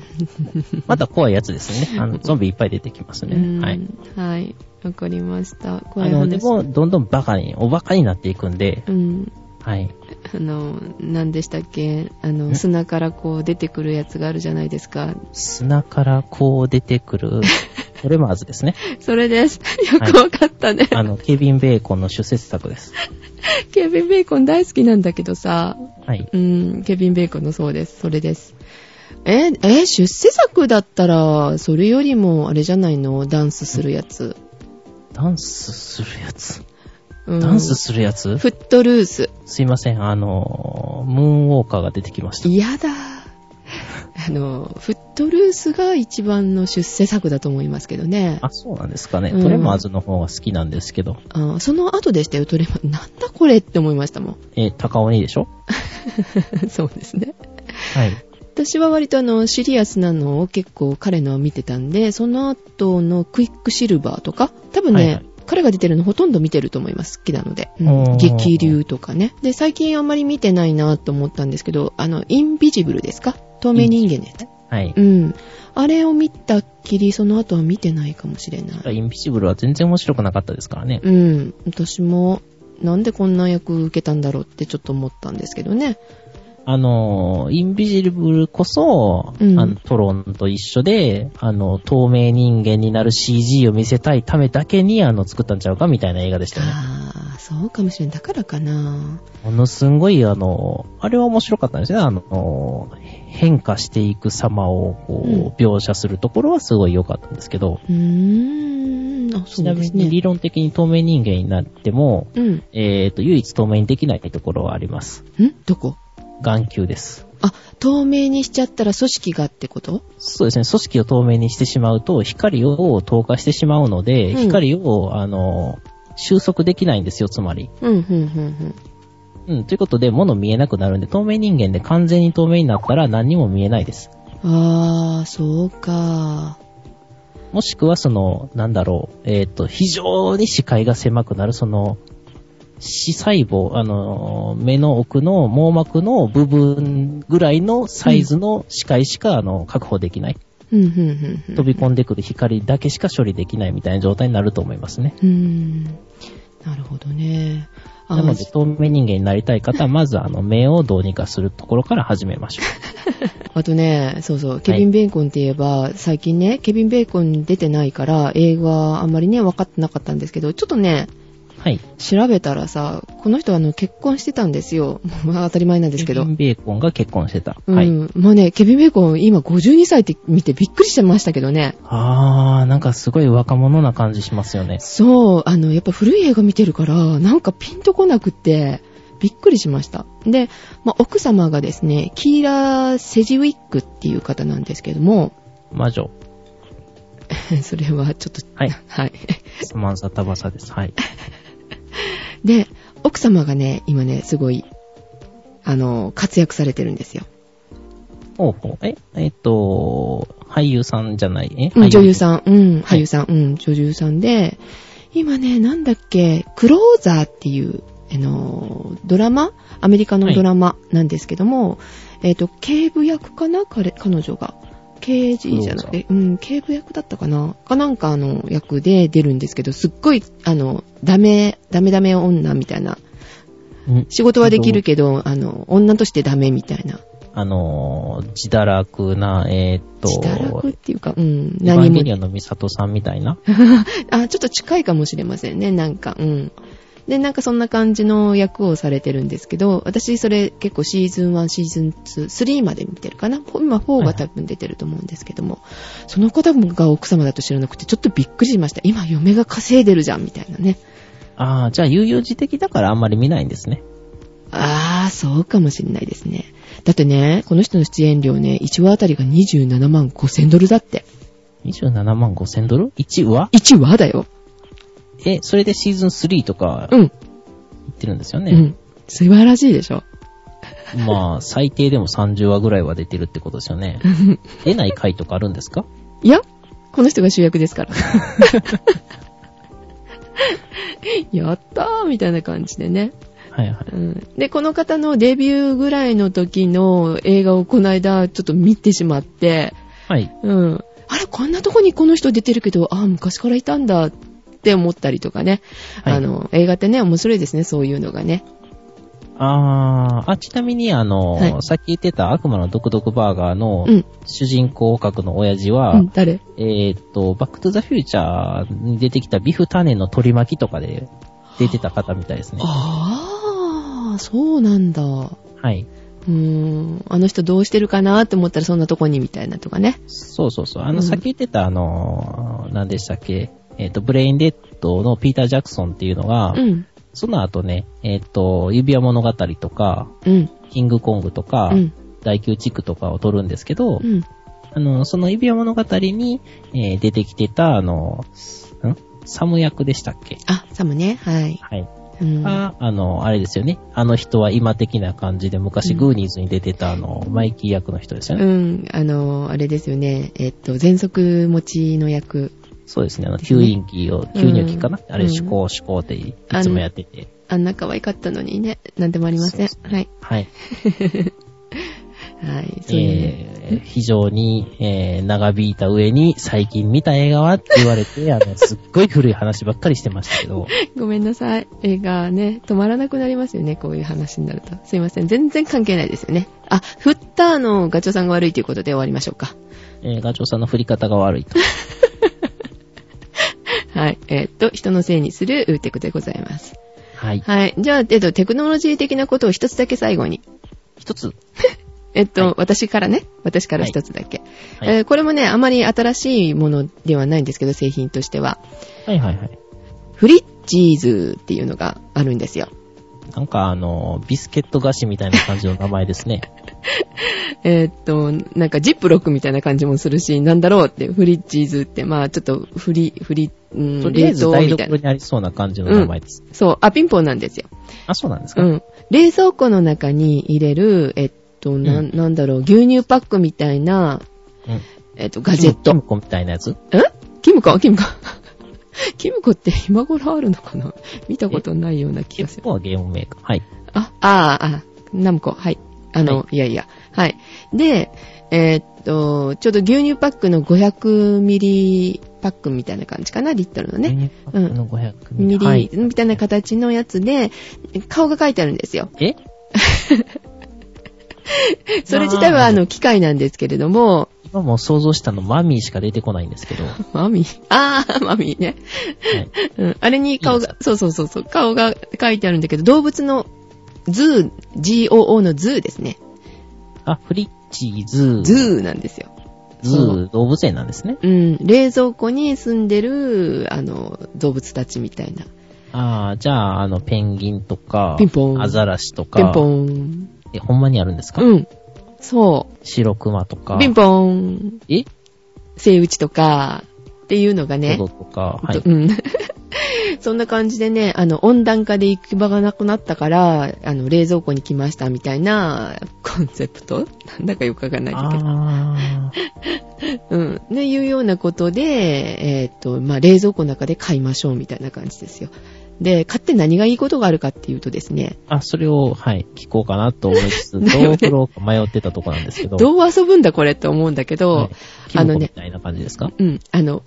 Speaker 2: また怖いやつです ね。あの、ゾンビいっぱい出てきます
Speaker 1: うん
Speaker 2: ね。はい。。
Speaker 1: はい。わかりました。こ
Speaker 2: あ
Speaker 1: れ
Speaker 2: の、
Speaker 1: 話
Speaker 2: でも、どんどんバカに、おバカになっていくんで、
Speaker 1: うん。
Speaker 2: はい。
Speaker 1: あの、何でしたっけあの、
Speaker 2: ん
Speaker 1: 砂からこう出てくるやつがあるじゃないですか。
Speaker 2: 砂からこう出て くる、トレマーズですね。
Speaker 1: それです。よくわかったね。
Speaker 2: あの、ケビン・ベーコンの主説作です。
Speaker 1: ケビン・ベーコン大好きなんだけどさ。
Speaker 2: はい。
Speaker 1: うん、ケビン・ベーコンのそうです。それです。え、え、出世作だったら、それよりも、あれじゃないのダンスするやつ。
Speaker 2: ダンスするやつ。
Speaker 1: うん、
Speaker 2: ダンスするやつ、
Speaker 1: フットルース。
Speaker 2: すいません、あの、ムーンウォーカーが出てきました。
Speaker 1: 嫌だ。あの、フットルースが一番の出世作だと思いますけどね。
Speaker 2: あ、そうなんですかね。
Speaker 1: うん
Speaker 2: トレマーズの方が好きなんですけど、
Speaker 1: あその後でしたよ、トレマ。 なんだこれって思いましたもん。
Speaker 2: えー、高尾にでしょ
Speaker 1: そうですね。
Speaker 2: はい。
Speaker 1: 私は割とあの、シリアスなのを結構彼のを見てたんで、その後のクイックシルバーとか、多分ね、
Speaker 2: はいはい
Speaker 1: 彼が出てるのほとんど見てると思います。好きなので。うん
Speaker 2: おー
Speaker 1: 激流とかね。で、最近あんまり見てないなと思ったんですけど、あの、インビジブルですか透明人間のやつ。
Speaker 2: はい。
Speaker 1: うん。あれを見たっきり、その後は見てないかもしれない。
Speaker 2: インビジブルは全然面白くなかったですからね。
Speaker 1: うん。私も、なんでこんな役受けたんだろうってちょっと思ったんですけどね。
Speaker 2: あの、インビジブルこそ、
Speaker 1: うん
Speaker 2: あのトロンと一緒で、あの、透明人間になる CG を見せたいためだけに、あの、作ったんちゃうかみたいな映画でしたよね。
Speaker 1: ああ、そうかもしれん。だからかな。
Speaker 2: ものすごい、あの、あれは面白かったんですね。あの、変化していく様をこう、描写するところはすごい良かったんですけど、
Speaker 1: うーん。あ、そ
Speaker 2: ちな
Speaker 1: うで
Speaker 2: み
Speaker 1: す
Speaker 2: に
Speaker 1: ね
Speaker 2: 理。論的に透明人間になっても、
Speaker 1: うん。
Speaker 2: えっ、と、唯一透明にできないところはあります。
Speaker 1: んどこ
Speaker 2: 眼球です。
Speaker 1: あ、透明にしちゃったら組織がってこと
Speaker 2: そうですね、組織を透明にしてしまうと、光を透過してしまうので、
Speaker 1: うん
Speaker 2: 光を、あの、収束できないんですよ、つまり。
Speaker 1: うん、うん、うん、
Speaker 2: うん、ということで、物見えなくなるんで、透明人間で完全に透明になったら何にも見えないです。
Speaker 1: うん。あー、そうか。
Speaker 2: もしくは、その、なんだろう、えっ、と、非常に視界が狭くなる、その、視細胞、あの、目の奥の網膜の部分ぐらいのサイズの視界しか、あの、確保できない。
Speaker 1: うん、うん、うん、うん。
Speaker 2: 飛び込んでくる光だけしか処理できないみたいな状態になると思いますね。
Speaker 1: うーん。なるほどね。あ
Speaker 2: なので、透明人間になりたい方 は、まず、あの、目をどうにかするところから始めましょ
Speaker 1: あとね、そうそう、ケビン・ベーコンって言えば、最近ね、ケビン・ベーコン出てないから、映画あんまりね、分かってなかったんですけど、ちょっとね、
Speaker 2: う。はい。
Speaker 1: 調べたらさ、この人あの、結婚してたんですよ。 まあ当たり前なんですけど。
Speaker 2: ケビン・ベーコンが結婚してた。
Speaker 1: うん。
Speaker 2: はい。
Speaker 1: まあね、ケビン・ベーコン、今52歳って見てびっくりしてましたけどね。
Speaker 2: あー、なんかすごい若者な感じしますよね。
Speaker 1: そう、あの、やっぱ古い映画見てるから、なんかピンとこなくって、びっくりしました。で、まあ、奥様がですね、キーラ・セジウィックっていう方なんですけども、
Speaker 2: 魔女。
Speaker 1: それはちょっと、
Speaker 2: はい
Speaker 1: はい。
Speaker 2: サマンサタバサです。はい。
Speaker 1: で、奥様がね、今ね、すごい、あの、活躍されてるんですよ。
Speaker 2: おうほうえ、えっと、俳優さんじゃないえ、
Speaker 1: うん、女優
Speaker 2: ん。
Speaker 1: さん、うん、俳優さん、うん、女優さんで、今ね、なんだっけ、クローザーっていう、あの、ドラマアメリカのドラマなんですけども、えっ、と、警部役かな彼、彼女が。刑事じゃなくて、うん、警部役だったかなかなんかあの、役で出るんですけど、すっごい、あの、ダメ、ダメダメ女みたいな。
Speaker 2: うん
Speaker 1: 仕事はできるけど、あの、女としてダメみたいな。
Speaker 2: あのー、自堕落な、えーっと、
Speaker 1: 自堕落っていうか、うん、
Speaker 2: エヴァ
Speaker 1: 何
Speaker 2: ン
Speaker 1: も
Speaker 2: ゲリアンのミサトさんみたい な。
Speaker 1: あ、ちょっと近いかもしれませんね、なんか。うん。で、なんかそんな感じの役をされてるんですけど、私それ結構シーズン1、シーズン2、3まで見てるかな。ほ今4が多分出てると思うんですけども、その方が奥様だと知らなくて、ちょっとびっくりしました。今嫁が稼いでるじゃん、みたいなね。
Speaker 2: ああ、じゃあ悠々自適だからあんまり見ないんですね。
Speaker 1: あー、そうかもしれないですね。だってね、この人の出演料ね、1話あたりが27万5千ドルだって。
Speaker 2: 27万5千ドル ?1 話
Speaker 1: 1話だよ。
Speaker 2: え、それでシーズン3とか
Speaker 1: う
Speaker 2: 言
Speaker 1: ん。
Speaker 2: ってるんですよ
Speaker 1: う
Speaker 2: ね。
Speaker 1: ん。素晴らしいでしょ。
Speaker 2: まあ、最低でも30話ぐらいは出てるってことですよね。出ない回とかあるんですか
Speaker 1: いや、この人が主役です から。やったーみたいな感じでね、
Speaker 2: はいはい。
Speaker 1: うん。で、この方のデビューぐらいの時の映画をこの間ちょっと見てしまって、
Speaker 2: はい。
Speaker 1: うん。あれ、こんなとこにこの人出てるけど、ああ、昔からいたんだって思ったりとかね。
Speaker 2: はい
Speaker 1: あの、映画ってね、面白いですね、そういうのがね。
Speaker 2: あー、あ、ちなみにあの、
Speaker 1: はい
Speaker 2: さっき言ってた悪魔のドクドクバーガーの
Speaker 1: うん
Speaker 2: 主人公格の親父は、
Speaker 1: うん、誰
Speaker 2: えーっと、バックトゥザフューチャーに出てきたビフタネの取り巻きとかで出てた方みたいですね。
Speaker 1: ああ、そうなんだ。う
Speaker 2: はい。
Speaker 1: ーん。あの人どうしてるかなって思ったらそんなとこにみたいなとかね。
Speaker 2: そうそうそう。あ
Speaker 1: うん
Speaker 2: の、さっき言ってた、あのー、何でしたっけ、えーっと、ブレインデッドのピーター・ジャクソンっていうのが、
Speaker 1: うん。
Speaker 2: その後ね、えーっと、指輪物語とか、
Speaker 1: うん。
Speaker 2: キングコングとか、
Speaker 1: うん。
Speaker 2: 大宮地区とかを撮るんですけ
Speaker 1: う
Speaker 2: ど、
Speaker 1: ん。
Speaker 2: あの、その指輪物語に、えー出てきてた、あの、んサム役でしたっけ
Speaker 1: あ、サムね。はい。
Speaker 2: はい。
Speaker 1: うん。
Speaker 2: が、あの、あれですよね。あの人は今的な感じで、昔
Speaker 1: うん
Speaker 2: グーニーズに出てた、あの、マイキー役の人ですよ
Speaker 1: う
Speaker 2: ね。
Speaker 1: ん。あの、あれですよね。えっと、全息持ちの役。
Speaker 2: そうですね。あの、吸引器を、吸入器かな、
Speaker 1: うん
Speaker 2: あれ、思考、思考っていつもやってて。
Speaker 1: あんな可愛かったのにね。なんでもありません。
Speaker 2: そう
Speaker 1: はい。
Speaker 2: はい。
Speaker 1: はい。そういうね。
Speaker 2: えー、非常に、えー、長引いた上に、最近見た映画はって言われて、あの、すっごい古い話ばっかりしてました けど、
Speaker 1: ごめんなさい。映画ね、止まらなくなりますよね。こういう話になると。すいません。全然関係ないですよね。あ、フッターのガチョさんが悪いということで終わりましょうか。
Speaker 2: えー、ガチョウさんの振り方が悪いと。
Speaker 1: はい。えっと、人のせいにするテクでございます。
Speaker 2: はい。
Speaker 1: はい。じゃあ、えっと、テクノロジー的なことを一つだけ最後に。
Speaker 2: 一つ。
Speaker 1: えっと、
Speaker 2: はい
Speaker 1: 私からね、私から一つだけ、
Speaker 2: はいはい
Speaker 1: えーこれもね、あまり新しいものではないんですけど、製品としては。
Speaker 2: はいはいはい。
Speaker 1: フリッチーズっていうのがあるんですよ。
Speaker 2: なんかあの、ビスケット菓子みたいな感じの名前ですね。
Speaker 1: えーっと、なんかジップロックみたいな感じもするし、なんだろうって、フリッチーズって、まあちょっとフリ、フリ、うん、
Speaker 2: とりあえず
Speaker 1: 冷
Speaker 2: 台
Speaker 1: みたい
Speaker 2: 所
Speaker 1: な。
Speaker 2: にありそうな感じの名前です。
Speaker 1: そう、あ、ピンポンなんですよ。
Speaker 2: あ、そうなんですか、
Speaker 1: うん。冷蔵庫の中に入れる、えっと、な、
Speaker 2: うん
Speaker 1: ん、なんだろう、牛乳パックみたいな、
Speaker 2: うん
Speaker 1: えっと、ガジェット
Speaker 2: キム。コみたいなやつ
Speaker 1: んキムコキ ムコキムコって今頃あるのかな見たことないような気
Speaker 2: キ
Speaker 1: が
Speaker 2: ム
Speaker 1: する。
Speaker 2: コはゲームメーカー。はい。
Speaker 1: あ、あーあ、ナムコ、はい。あの、、
Speaker 2: はい
Speaker 1: やいや。はい。で、えーっと、ちょうど牛乳パックの500ミリパックみたいな感じかな、リットルのね。。
Speaker 2: の500
Speaker 1: ミ
Speaker 2: ミリ。
Speaker 1: リ、
Speaker 2: はい。
Speaker 1: みたいな形のやつで、顔が書いてあるんですよ。
Speaker 2: え
Speaker 1: それ自体は、
Speaker 2: あー
Speaker 1: あの、機械なんですけれども、
Speaker 2: 今もう想像したのマミーしか出てこないんですけど。は
Speaker 1: マミー。あー、 マミーね。
Speaker 2: い。
Speaker 1: うん、あれに顔
Speaker 2: いい
Speaker 1: が、そうそうそうそう、顔が書いてあるんだけど、動物のズー、GOO のズーですね。
Speaker 2: あ、フリッチーズー。ー。
Speaker 1: ズーなんですよ。
Speaker 2: ズー、動物園なんですね。
Speaker 1: うん、冷蔵庫に住んでる、あの、動物たちみたいな。
Speaker 2: ああ、じゃあ、あの、ペンギンとか、
Speaker 1: ピンポン
Speaker 2: アザラシとか、
Speaker 1: ピンポン。
Speaker 2: え、ほんまにあるんですか、
Speaker 1: うん。そ
Speaker 2: 白熊と
Speaker 1: う。
Speaker 2: か、
Speaker 1: ピンポン。
Speaker 2: え
Speaker 1: セイウチとか、っていうのがね。
Speaker 2: トドとか、はい。
Speaker 1: うん。 そんな感じでね、あの、温暖化で行き場がなくなったから、あの、冷蔵庫に来ましたみたいなコンセプト なんだかよくわかんないけど。
Speaker 2: あー
Speaker 1: うん。ね、いうようなことで、えーっと、まあ、冷蔵庫の中で買いましょうみたいな感じですよ。で、買って何がいいことがあるかっていうとですね、
Speaker 2: あ、それを、はい、聞こうかなと思い つつ、どう
Speaker 1: だよね
Speaker 2: 振ろうか迷ってたとこなんですけど、
Speaker 1: どう遊ぶんだこれって思うんだけど、
Speaker 2: はいキ
Speaker 1: あ
Speaker 2: ノ
Speaker 1: の
Speaker 2: コみ
Speaker 1: ね
Speaker 2: たいな感じですか、
Speaker 1: うん、あの、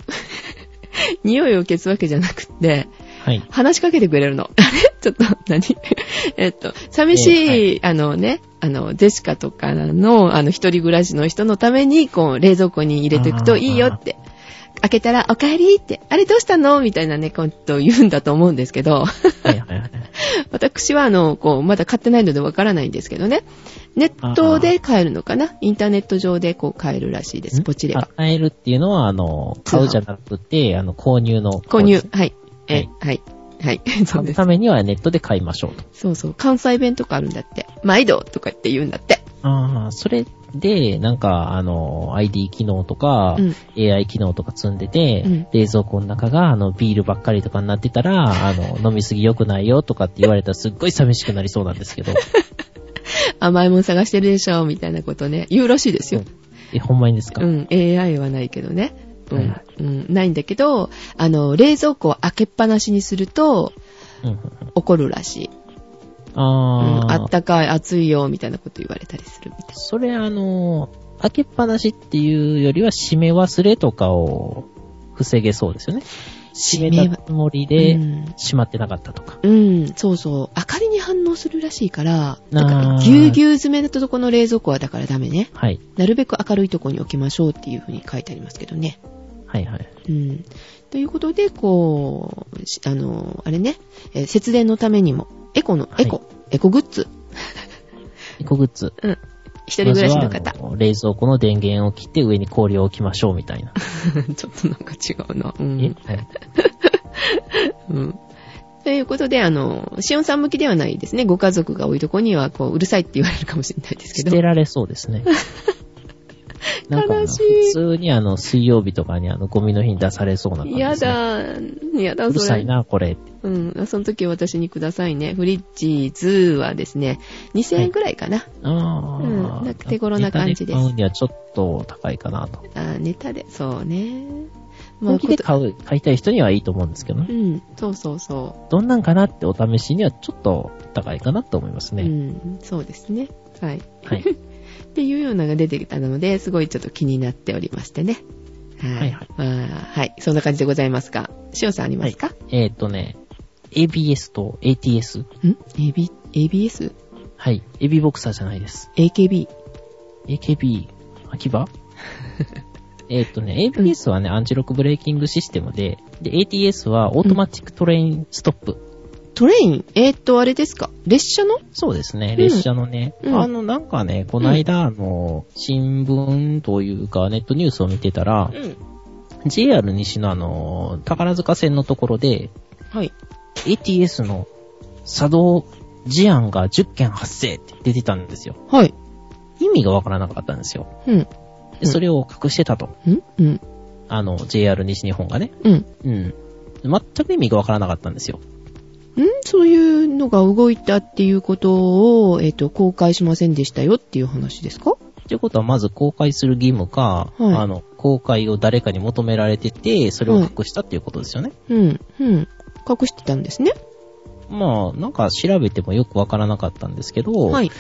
Speaker 1: 匂いを消すわけじゃなくって、
Speaker 2: はい。
Speaker 1: 話しかけてくれるの。 あれちょっと何、 えっと、寂しい、あのね、あの、ジェシカとかの、あの、一人暮らしの人のために、こう、冷蔵庫に入れていくと
Speaker 2: あー
Speaker 1: いいよって。開けたら、お帰りって、あれどうしたのみたいなね、ことを言うんだと思うんですけど、
Speaker 2: はいはいはい。
Speaker 1: 私は、あの、こう、まだ買ってないのでわからないんですけどね。ネットで買えるのかなインターネット上で、こう、買えるらしいです。ポチれば。
Speaker 2: 与えるっていうのは、あの、
Speaker 1: 通販
Speaker 2: 買うじゃなくて、あの、購入の。
Speaker 1: 購入。はい。え
Speaker 2: はい、
Speaker 1: はい。はい。 そ
Speaker 2: 買
Speaker 1: うで
Speaker 2: う
Speaker 1: す
Speaker 2: た。めにはネットで買いましょうと。
Speaker 1: そうそう。関西弁とかあるんだって。毎度とかって言うんだって。
Speaker 2: ああ、それで、なんか、あの、ID 機能とか、
Speaker 1: うん
Speaker 2: AI 機能とか積んでて、
Speaker 1: うん
Speaker 2: 冷蔵庫の中が、あの、ビールばっかりとかになってたら、あの、飲みすぎ良くないよとかって言われたらすっごい寂しくなりそうなんですけど、
Speaker 1: 甘いもん探してるでしょ、みたいなことね。言うらしいですよ。
Speaker 2: え、ほんまにですか、
Speaker 1: うん。AI はないけどね。う
Speaker 2: はい
Speaker 1: ん
Speaker 2: は
Speaker 1: う
Speaker 2: い。
Speaker 1: ん。ないんだけど、あの、冷蔵庫を開けっぱなしにすると、
Speaker 2: うんうんうん
Speaker 1: 怒るらしい。うん。
Speaker 2: あー
Speaker 1: あったかい、暑いよ、みたいなこと言われたりするみたい。
Speaker 2: それあの、開けっぱなしっていうよりは閉め忘れとかを防げそうですよね。閉めたつもりで
Speaker 1: うん
Speaker 2: 閉まってなかったとか。
Speaker 1: うん、そうそう。明かりに反応するらしいから、
Speaker 2: あー
Speaker 1: なんか、ぎゅうぎゅう詰めのとこの冷蔵庫はだからダメね。
Speaker 2: はい。
Speaker 1: なるべく明るいとこに置きましょうっていうふうに書いてありますけどね。
Speaker 2: はいはい。
Speaker 1: うん。ということで、こう、しあの、あれね、えー節電のためにも、エコの、
Speaker 2: はい
Speaker 1: エコ、エコグッズ、
Speaker 2: エコグッズ。
Speaker 1: うん。一人暮らしの方
Speaker 2: まず。はあの冷蔵庫の電源を切って上に氷を置きましょうみたいな。
Speaker 1: ちょっとなんか違うな。う
Speaker 2: え
Speaker 1: ん。
Speaker 2: はい
Speaker 1: うん。ということで、あの、シオンさん向きではないですね。ご家族が多いとこには、こう、うるさいって言われるかもしれないですけ
Speaker 2: 捨
Speaker 1: ど。
Speaker 2: てられそうで すね。なんかあの
Speaker 1: 悲しい
Speaker 2: 普通にあの水曜日とかにあのゴミの日に出されそうな感じ
Speaker 1: や
Speaker 2: です、ね。
Speaker 1: だ、やだ、
Speaker 2: うる
Speaker 1: そ
Speaker 2: さい
Speaker 1: れ。
Speaker 2: な、これ。
Speaker 1: うん。その時は私にくださいね。フリッジーズはですね、2000円くらいかな。
Speaker 2: ああ、
Speaker 1: うんなんか手頃な感じです
Speaker 2: ネタ買うにはちょっと高いかなと。
Speaker 1: あーネタで、そうね。まあ
Speaker 2: 本気で買う、買いたい人にはいいと思うんですけど
Speaker 1: う
Speaker 2: ね。
Speaker 1: ん、そうそうそう。
Speaker 2: どんなんかなってお試しにはちょっと高いかなと思います
Speaker 1: う
Speaker 2: ね。
Speaker 1: ん、そうですね。はい。
Speaker 2: はい。
Speaker 1: っていうようなのが出てきたので、すごいちょっと気になっておりましてね。はい。
Speaker 2: はい
Speaker 1: あーはい。そんな感じでございますが、しおさんありますか、
Speaker 2: えっ、とね、ABS と ATS。
Speaker 1: ん ?AB、ABS?
Speaker 2: はい。エビボクサーじゃないです。
Speaker 1: AKB?
Speaker 2: AKB、秋 葉えっとね、ABS はね、アンチロックブレーキングシステムで、で、ATS はオートマチックトレインストップ。
Speaker 1: トレインえー、っと、あれですか列車の
Speaker 2: そうですね、
Speaker 1: ん
Speaker 2: 列車のね、
Speaker 1: うん
Speaker 2: あの、なんかね、この間、あの、新聞というか、ネットニュースを見てたら、
Speaker 1: うん。
Speaker 2: JR 西のあの、宝塚線のところで、
Speaker 1: はい。
Speaker 2: ATS の作動事案が10件発生って出てたんですよ。
Speaker 1: はい。
Speaker 2: 意味がわからなかったんですよ。
Speaker 1: うん。
Speaker 2: でそれを隠してたと。
Speaker 1: うんうん。
Speaker 2: あの、JR 西日本がね。
Speaker 1: うん。
Speaker 2: うん。全く意味がわからなかったんですよ。
Speaker 1: んそういうのが動いたっていうことを、えーっ、と、公開しませんでしたよっていう話ですか
Speaker 2: ということは、まず公開する義務か、
Speaker 1: はい
Speaker 2: あの、公開を誰かに求められてて、それを隠したっていうことですよね。
Speaker 1: うん。うん。隠してたんですね。
Speaker 2: まあ、なんか調べてもよくわからなかったんですけど、
Speaker 1: はい。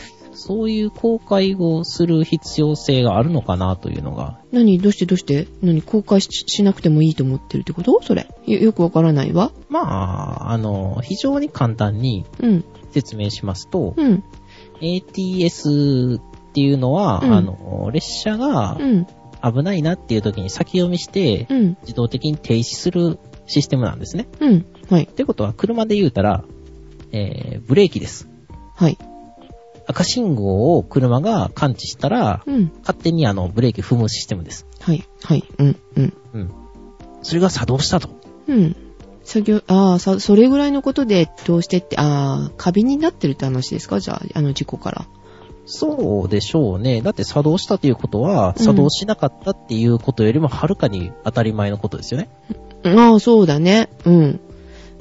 Speaker 2: そういう公開をする必要性があるのかなというのが、
Speaker 1: 何どうしてどうして何公開ししなくてもいいと思ってるってことそれ。よよくわからないわ。
Speaker 2: まあ、あの、非常に簡単に
Speaker 1: うん。
Speaker 2: 説明しますと、
Speaker 1: うん。
Speaker 2: ATS っていうのは、
Speaker 1: うん
Speaker 2: あの、列車が
Speaker 1: うん。
Speaker 2: 危ないなっていう時に先読みして、
Speaker 1: うん。
Speaker 2: 自動的に停止するシステムなんですね。
Speaker 1: うん。はい
Speaker 2: っ。てことは、車で言うたら、えー、ブレーキです。
Speaker 1: はい。
Speaker 2: 赤信号を車が感知したら、
Speaker 1: うん。
Speaker 2: 勝手にあの、ブレーキ踏むシステムです。
Speaker 1: はい。はい。うん。うん。
Speaker 2: うん。それが作動したと。
Speaker 1: うん。作業、ああ、さそれぐらいのことでどうしてって、ああ、カビになってるって話ですかじゃあ、あの事故から。
Speaker 2: そうでしょうね。だって作動したということは、作動しなかったっていうことよりもはるかに当たり前のことですよね。
Speaker 1: ああ、そうだね。うん。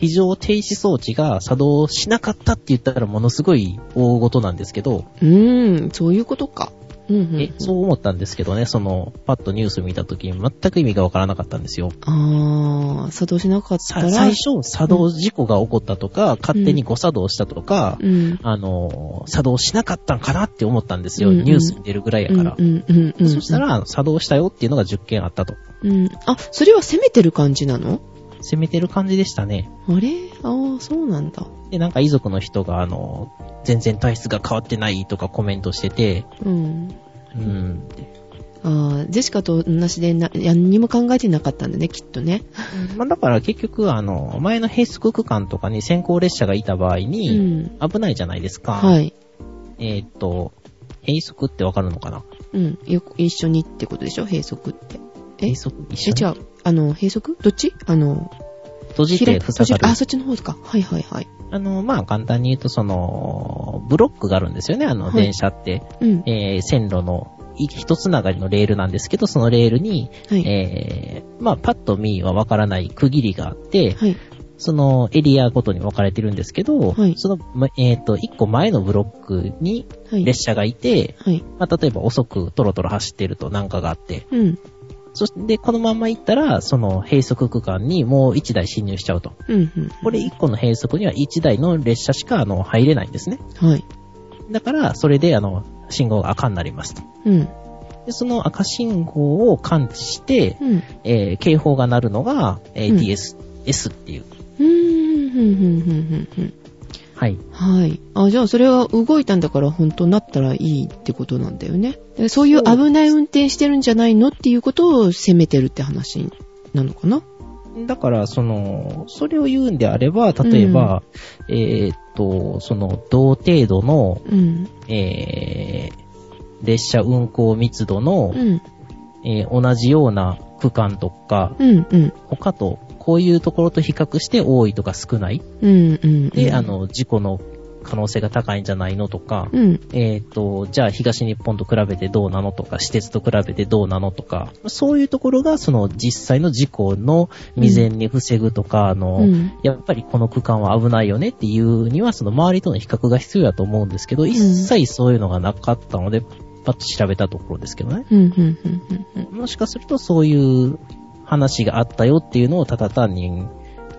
Speaker 2: 異常停止装置が作動しなかったって言ったらものすごい大事なんですけど、
Speaker 1: うーん、そういうことか。うん、うん。
Speaker 2: え、そう思ったんですけどね、その、パッとニュース見た時に全く意味がわからなかったんですよ。
Speaker 1: ああ、作動しなかった
Speaker 2: さ
Speaker 1: ら。
Speaker 2: 最初、作動事故が起こったとか、勝手に誤作動したとか、
Speaker 1: うん。
Speaker 2: あの、作動しなかったんかなって思ったんですよ。
Speaker 1: うんうん
Speaker 2: ニュースに出るぐらいやから。
Speaker 1: うんうんうんうん、
Speaker 2: そした、ら、作動したよっていうのが10件あったと。
Speaker 1: うん。あ、それは攻めてる感じなの
Speaker 2: 攻めてる感じでしたね。
Speaker 1: あれああ、そうなんだ。
Speaker 2: で、なんか遺族の人が、あの、全然体質が変わってないとかコメントしてて、
Speaker 1: うん。
Speaker 2: うん。
Speaker 1: ああ、ジェシカと同じでな何も考えてなかったんだね、きっとね。
Speaker 2: まあ、だから結局、あの、前の閉塞区間とかに先行列車がいた場合
Speaker 1: う
Speaker 2: に、
Speaker 1: ん。
Speaker 2: 危ないじゃないですか。
Speaker 1: はい。
Speaker 2: えーっと、閉塞ってわかるのかな
Speaker 1: うん。よく一緒にってことでしょ閉塞って。え
Speaker 2: 閉塞一
Speaker 1: え、
Speaker 2: 緒に
Speaker 1: じゃあ、あの、閉塞どっちあの、
Speaker 2: 閉じ
Speaker 1: 開
Speaker 2: て
Speaker 1: い閉
Speaker 2: 塞
Speaker 1: じ
Speaker 2: が
Speaker 1: る。
Speaker 2: る
Speaker 1: あ、。そっちの方か。はいはいはい。
Speaker 2: あの、まあ、簡単に言うと、その、ブロックがあるんですよね、あの、
Speaker 1: はい
Speaker 2: 電車って。
Speaker 1: うん。
Speaker 2: えー線路のい一つながりのレールなんですけど、そのレールに、
Speaker 1: はい。
Speaker 2: えーまあ、パッと見はわからない区切りがあって、
Speaker 1: はい。
Speaker 2: そのエリアごとに分かれてるんですけど、
Speaker 1: はい
Speaker 2: その、まえーっ、と、一個前のブロックに
Speaker 1: はい。
Speaker 2: 列車がいて、
Speaker 1: はい。
Speaker 2: まあ、例えば遅くトロトロ走ってるとなんかがあって、
Speaker 1: うん。
Speaker 2: そして、このまま行ったら、その閉塞区間にもう1台進入しちゃうと。
Speaker 1: うん。うん。
Speaker 2: これ1個の閉塞には1台の列車しか、あの、入れないんですね。
Speaker 1: はい。
Speaker 2: だから、それで、あの、信号が赤になりますと。
Speaker 1: うん。
Speaker 2: で、その赤信号を感知して、
Speaker 1: うん。
Speaker 2: えー警報が鳴るのが、えー
Speaker 1: うん
Speaker 2: DS、S っていう。
Speaker 1: うーん、ふんふんふんふんふん。
Speaker 2: はい。
Speaker 1: はい。あ、じゃあそれは動いたんだから本当なったらいいってことなんだよね。でそういう危ない運転してるんじゃないのっていうことを責めてるって話なのかな
Speaker 2: だから、その、それを言うんであれば、例えば、えーっと、その、同程度の、
Speaker 1: うん。
Speaker 2: えー列車運行密度の、
Speaker 1: うん。
Speaker 2: えー同じような区間とか、
Speaker 1: うん。うん。
Speaker 2: 他と、こういうところと比較して多いとか少ない。
Speaker 1: うん。うん。
Speaker 2: で、あ、の、事故の可能性が高いんじゃないのとか、
Speaker 1: うん。
Speaker 2: えっ、と、じゃあ東日本と比べてどうなのとか、私鉄と比べてどうなのとか、そういうところが、その実際の事故の未然に防ぐとか、あの、
Speaker 1: うん
Speaker 2: やっぱりこの区間は危ないよねっていうには、その周りとの比較が必要だと思うんですけど、一切そういうのがなかったので、パッと調べたところですけどね。
Speaker 1: うん。うん。うん。うん。
Speaker 2: もしかするとそういう話があったよっていうのをただ単に、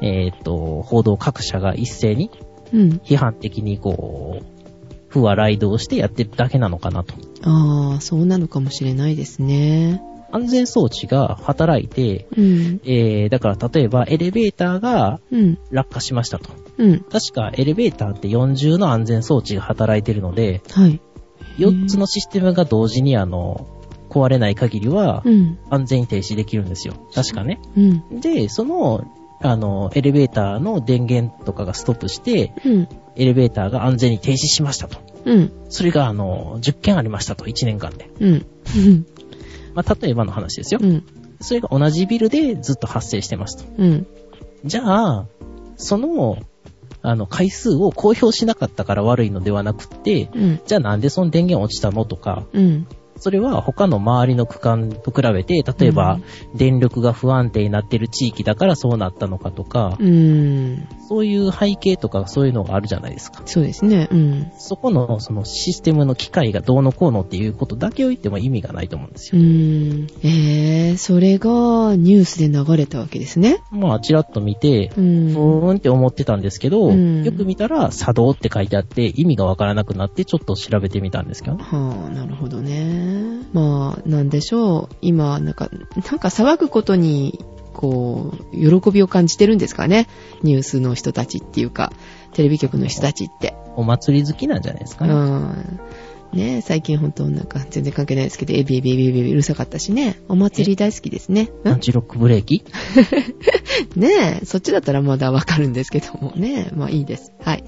Speaker 2: えっ、と、報道各社が一斉に
Speaker 1: うん。
Speaker 2: 批判的にこう、不和雷動してやってるだけなのかなと。
Speaker 1: ああ、そうなのかもしれないですね。
Speaker 2: 安全装置が働いて、
Speaker 1: うん。
Speaker 2: えー、だから例えばエレベーターが
Speaker 1: うん。
Speaker 2: 落下しましたと。
Speaker 1: うん。
Speaker 2: 確かエレベーターって40の安全装置が働いてるので、
Speaker 1: はい。
Speaker 2: 4つのシステムが同時にあの、壊れない限りは
Speaker 1: うん。
Speaker 2: 安全に停止できるんですよ。確かね。
Speaker 1: うん。
Speaker 2: で、その、あの、エレベーターの電源とかがストップして、
Speaker 1: うん。
Speaker 2: エレベーターが安全に停止しましたと。
Speaker 1: うん。
Speaker 2: それが、あの、10件ありましたと、1年間で。
Speaker 1: うん。うん。
Speaker 2: まあ、例えばの話ですよ
Speaker 1: う。ん。
Speaker 2: それが同じビルでずっと発生してますと。
Speaker 1: うん。
Speaker 2: じゃあ、その、あの、回数を公表しなかったから悪いのではなくって、
Speaker 1: うん。
Speaker 2: じゃあなんでその電源落ちたのとか、
Speaker 1: うん。
Speaker 2: それは他の周りの区間と比べて、例えば、電力が不安定になってる地域だからそうなったのかとか、
Speaker 1: うん。
Speaker 2: そういう背景とかそういうのがあるじゃないですか。
Speaker 1: そうですね。うん。
Speaker 2: そこの、そのシステムの機械がどうのこうのっていうことだけを言っても意味がないと思うんです
Speaker 1: う
Speaker 2: よ。
Speaker 1: ーん。えー、それがニュースで流れたわけですね。
Speaker 2: まあ、ちらっと見て、
Speaker 1: う。
Speaker 2: うんーんって思ってたんですけど、
Speaker 1: うん
Speaker 2: よく見たら、作動って書いてあって、意味がわからなくなって、ちょっと調べてみたんですけどね。
Speaker 1: はあ、なるほどね。まあ、なんでしょう。今、なんか、なんか騒ぐことに、こう、喜びを感じてるんですかね。ニュースの人たちっていうか、テレビ局の人たちって。
Speaker 2: お祭り好きなんじゃないですかね。
Speaker 1: うん。ねえ最近本当なんか全然関係ないですけど、エビエビエビエビうるさかったしね。お祭り大好きですね。ん
Speaker 2: アンチロックブレー キ
Speaker 1: ねえ、そっちだったらまだわかるんですけどもね。まあいいです。はい。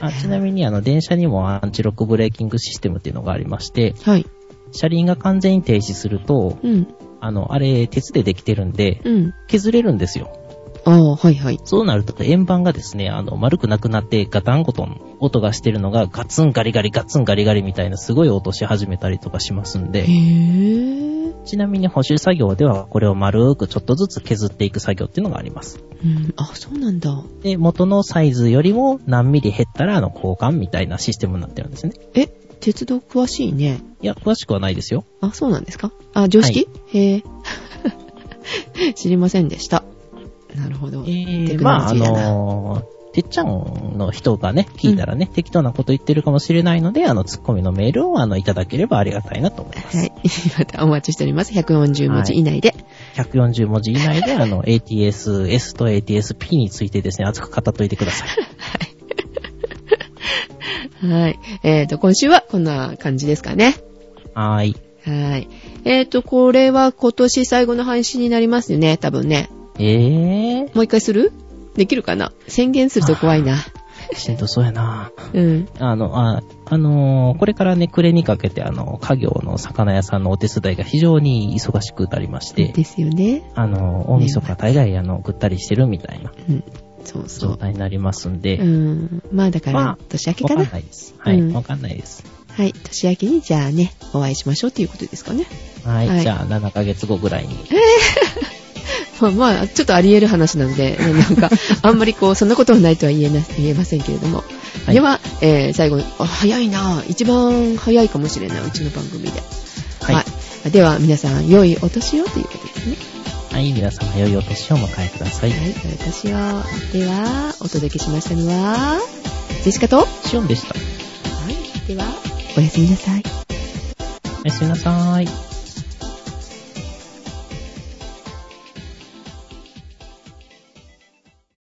Speaker 2: あちなみに、あの、電車にもアンチロックブレーキングシステムっていうのがありまして、
Speaker 1: はい。
Speaker 2: 車輪が完全に停止すると、
Speaker 1: うん。
Speaker 2: あの、あれ、鉄でできてるんで、
Speaker 1: うん。
Speaker 2: 削れるんですよ。
Speaker 1: ああ、はいはい。
Speaker 2: そうなると円盤がですね、あの、丸くなくなってガタンゴトン音がしてるのがガツンガリガリガツンガリガリみたいなすごい音し始めたりとかしますんで
Speaker 1: へ、え。
Speaker 2: ちなみに補修作業ではこれを丸くちょっとずつ削っていく作業っていうのがあります。
Speaker 1: うん、あ、そうなんだ。
Speaker 2: で、元のサイズよりも何ミリ減ったらあの交換みたいなシステムになってるんですね。
Speaker 1: え、鉄道詳しいね。
Speaker 2: いや、詳しくはないですよ。
Speaker 1: あ、そうなんですかあ、常識、へえ。 知りませんでした。なるほど。
Speaker 2: え
Speaker 1: テ
Speaker 2: ー、
Speaker 1: ク
Speaker 2: ま
Speaker 1: ノロ
Speaker 2: あ、あ
Speaker 1: ジーだな
Speaker 2: のーてっちゃんの人がね、聞いたらね、適当なこと言ってるかもしれないので、あの、ツッコミのメールを、あの、いただければありがたいなと思います。
Speaker 1: はい。 またお待ちしております。140文字以内で。
Speaker 2: 140文字以内で、あの、ATS-S と ATS-P についてですね、熱く語っといてくだ さい。
Speaker 1: はい。えっ、と、今週はこんな感じですかね。
Speaker 2: はーい。
Speaker 1: はい。えっ、と、これは今年最後の配信になりますよね、多分ね。
Speaker 2: え
Speaker 1: もう一回するできるかな宣言すると怖いな。
Speaker 2: ー、しんどそうやな
Speaker 1: うん。
Speaker 2: あの、あ、あのーこれからね、暮れにかけて、あの、家業の魚屋さんのお手伝いが非常に忙しくなりまして、
Speaker 1: ですよね。
Speaker 2: あの、大晦日大概、あの、ぐったりしてるみたいな
Speaker 1: うん。そうそ
Speaker 2: 状
Speaker 1: う。
Speaker 2: 態になりますんで
Speaker 1: う、ん。まあだから、
Speaker 2: まあ
Speaker 1: 年明け
Speaker 2: わ
Speaker 1: か
Speaker 2: か
Speaker 1: な。
Speaker 2: んないです。はい、
Speaker 1: うん
Speaker 2: わ、かんないです。
Speaker 1: はい。年明けにじゃあね、お会いしましょうっていうことですかね。
Speaker 2: はい、
Speaker 1: はい
Speaker 2: じゃあ、7ヶ月後ぐらいに。
Speaker 1: まあ まあ、ちょっとあり得る話なので、 ねなんか、あんまりこう、そんなことはないとは言えな、 言えませんけれども。
Speaker 2: はい
Speaker 1: では、えー最後に、あ早いな一番早いかもしれないうちの番組で。
Speaker 2: はい。は
Speaker 1: はいでは、皆さん、良いお年をということですね。
Speaker 2: い、皆様、良いお年をお迎えください。
Speaker 1: はい、良いお年を。では、お届けしましたのは、ジェシカと、は
Speaker 2: シオンでした。
Speaker 1: い、では、おやすみなさい。
Speaker 2: おやすみなさーい。